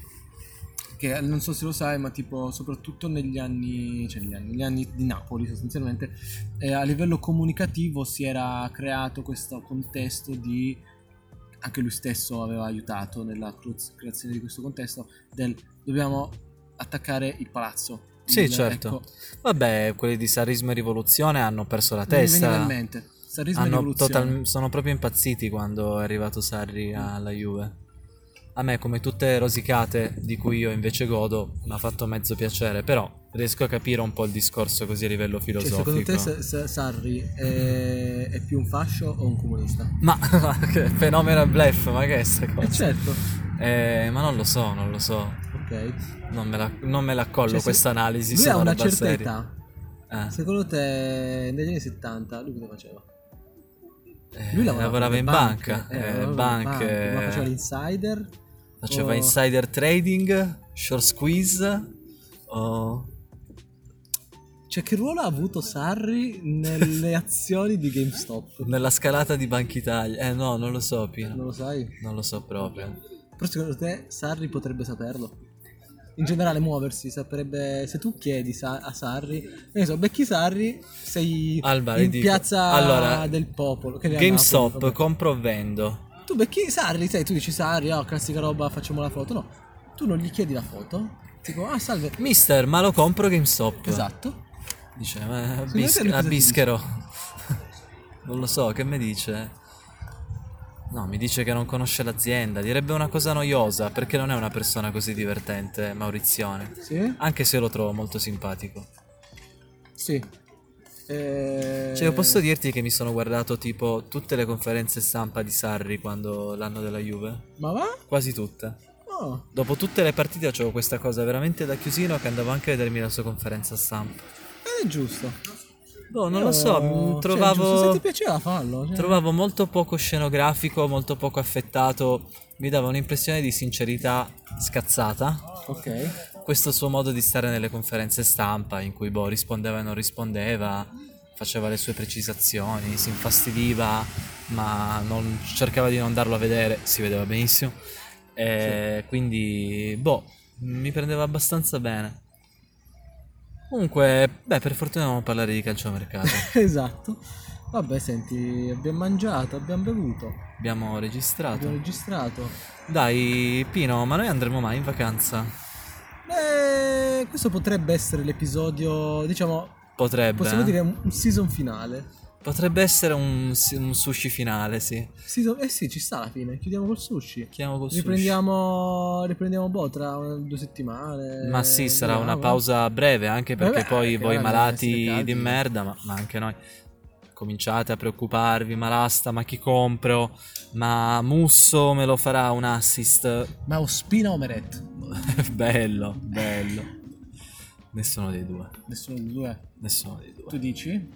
Speaker 2: che non so se lo sai, ma tipo soprattutto negli anni, cioè negli anni, negli anni di Napoli sostanzialmente, eh, a livello comunicativo si era creato questo contesto di... Anche lui stesso aveva aiutato nella cru- creazione di questo contesto del dobbiamo attaccare il palazzo.
Speaker 1: Sì,
Speaker 2: Il-
Speaker 1: certo.
Speaker 2: ecco,
Speaker 1: Vabbè, quelli di Sarismo e Rivoluzione hanno perso la
Speaker 2: non mi veniva in
Speaker 1: testa.
Speaker 2: mente. Sarrismo e
Speaker 1: Hanno
Speaker 2: rivoluzione.
Speaker 1: total- sono proprio impazziti quando è arrivato Sarri alla Juve. A me, come tutte rosicate di cui io invece godo, mi ha fatto mezzo piacere, però riesco a capire un po' il discorso così a livello
Speaker 2: Cioè,
Speaker 1: filosofico.
Speaker 2: secondo te S- S- Sarri è, è più un fascio o un comunista?
Speaker 1: Ma [LAUGHS] che fenomeno e blef, ma che è sta
Speaker 2: Eh
Speaker 1: cosa?
Speaker 2: certo.
Speaker 1: Eh, ma non lo so, non lo so.
Speaker 2: Ok.
Speaker 1: Non me la, non me la collo
Speaker 2: Cioè, se-
Speaker 1: questa analisi.
Speaker 2: Lui
Speaker 1: sono
Speaker 2: ha una
Speaker 1: roba
Speaker 2: certa
Speaker 1: seria.
Speaker 2: età.
Speaker 1: Eh.
Speaker 2: Secondo te negli anni 70 lui cosa faceva?
Speaker 1: Eh,
Speaker 2: Lui
Speaker 1: lavorava, in
Speaker 2: nelle
Speaker 1: banca,
Speaker 2: eh,
Speaker 1: eh,
Speaker 2: lavorava nelle
Speaker 1: banche,
Speaker 2: banche, ma faceva l'insider.
Speaker 1: faceva
Speaker 2: o-
Speaker 1: insider trading, short squeeze. o-
Speaker 2: Cioè che ruolo ha avuto Sarri nelle azioni di GameStop?
Speaker 1: nella scalata di Banca Italia. Eh no, non lo so, Pino.
Speaker 2: Non lo sai?
Speaker 1: Non lo so proprio.
Speaker 2: Però secondo te Sarri potrebbe saperlo? In generale muoversi, saperebbe... Se tu chiedi sa- a Sarri... Non so, becchi Sarri, sei
Speaker 1: Alba, le
Speaker 2: in
Speaker 1: dico.
Speaker 2: piazza
Speaker 1: Allora,
Speaker 2: del popolo. che ne è a
Speaker 1: GameStop,
Speaker 2: Napoli, vabbè.
Speaker 1: compro o vendo.
Speaker 2: Tu becchi Sarri, sai, tu dici Sarri, oh, classica roba, facciamo la foto. No, tu non gli chiedi la foto. Tipo, ah, salve.
Speaker 1: Mister, ma lo compro GameStop.
Speaker 2: Esatto.
Speaker 1: Dice, ma
Speaker 2: te
Speaker 1: bis-
Speaker 2: lui cosa
Speaker 1: a
Speaker 2: ti
Speaker 1: bischero. [LAUGHS] non lo so, che mi dice? No, mi dice che non conosce l'azienda. Direbbe una cosa noiosa, perché non è una persona così divertente, Maurizione.
Speaker 2: Sì?
Speaker 1: Anche se lo trovo molto simpatico.
Speaker 2: Ah, Sì. Eh,
Speaker 1: Cioè, posso dirti che mi sono guardato tipo tutte le conferenze stampa di Sarri quando l'anno della Juve?
Speaker 2: Ma va?
Speaker 1: Quasi tutte.
Speaker 2: No.
Speaker 1: Dopo tutte le partite avevo questa cosa veramente da chiusino che andavo anche a vedermi la sua conferenza stampa.
Speaker 2: Eh, È giusto.
Speaker 1: Boh, non
Speaker 2: Io-
Speaker 1: lo so, mi
Speaker 2: cioè,
Speaker 1: trovavo...
Speaker 2: giusto, se ti piaceva fallo. cioè.
Speaker 1: Trovavo molto poco scenografico, molto poco affettato, mi dava un'impressione di sincerità scazzata.
Speaker 2: Ok.
Speaker 1: Questo suo modo di stare nelle conferenze stampa, in cui boh, rispondeva e non rispondeva, faceva le sue precisazioni, si infastidiva, ma non- cercava di non darlo a vedere, si vedeva benissimo. E Quindi, boh, mi prendeva abbastanza bene. Comunque, beh, per fortuna non parlare di calciomercato.
Speaker 2: [LAUGHS] esatto. Vabbè, senti, abbiamo mangiato, abbiamo bevuto,
Speaker 1: Abbiamo registrato.
Speaker 2: abbiamo registrato.
Speaker 1: Dai, Pino, ma noi andremo mai in vacanza?
Speaker 2: Beh, Eh, questo potrebbe essere l'episodio, diciamo,
Speaker 1: Potrebbe.
Speaker 2: possiamo
Speaker 1: eh?
Speaker 2: dire un un season finale.
Speaker 1: Potrebbe essere un, si- un sushi finale, sì.
Speaker 2: Season- eh sì, ci sta alla fine, chiudiamo col sushi.
Speaker 1: Chiamo col sushi.
Speaker 2: Riprendiamo, riprendiamo boh tra una- due settimane.
Speaker 1: Ma sì, sarà
Speaker 2: Vediamo,
Speaker 1: una
Speaker 2: eh.
Speaker 1: pausa breve, anche perché
Speaker 2: Vabbè,
Speaker 1: poi
Speaker 2: perché
Speaker 1: voi
Speaker 2: ora bisogna essere
Speaker 1: malati
Speaker 2: caldi.
Speaker 1: di merda, ma, ma anche noi, cominciate a preoccuparvi, ma l'asta, ma chi compro, ma Musso me lo farà un assist. [LAUGHS]
Speaker 2: Ma Ospina o Meret?
Speaker 1: bello, bello. Nessuno dei due,
Speaker 2: Nessuno dei due.
Speaker 1: nessuno dei due.
Speaker 2: Tu dici?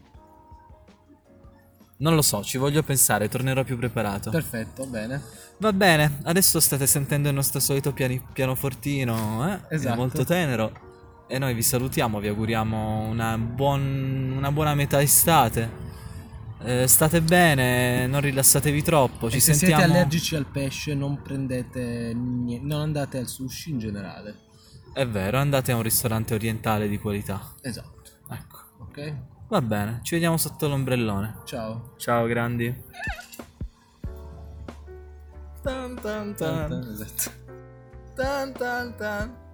Speaker 1: Non lo so, ci voglio pensare, tornerò più preparato.
Speaker 2: Perfetto, bene.
Speaker 1: Va bene, adesso state sentendo il nostro solito piani- pianofortino, eh? È
Speaker 2: Esatto.
Speaker 1: molto tenero. E noi vi salutiamo, vi auguriamo una, buon- una buona metà estate. Eh, state bene, non rilassatevi troppo, ci
Speaker 2: E se
Speaker 1: sentiamo.
Speaker 2: siete allergici al pesce, non prendete niente. Non andate al sushi in generale.
Speaker 1: È vero, andate a un ristorante orientale di qualità.
Speaker 2: Esatto.
Speaker 1: Ecco.
Speaker 2: Ok?
Speaker 1: Va bene, ci vediamo sotto l'ombrellone.
Speaker 2: Ciao.
Speaker 1: Ciao grandi. Tan tan tan.
Speaker 2: Esatto.
Speaker 1: Tan tan tan.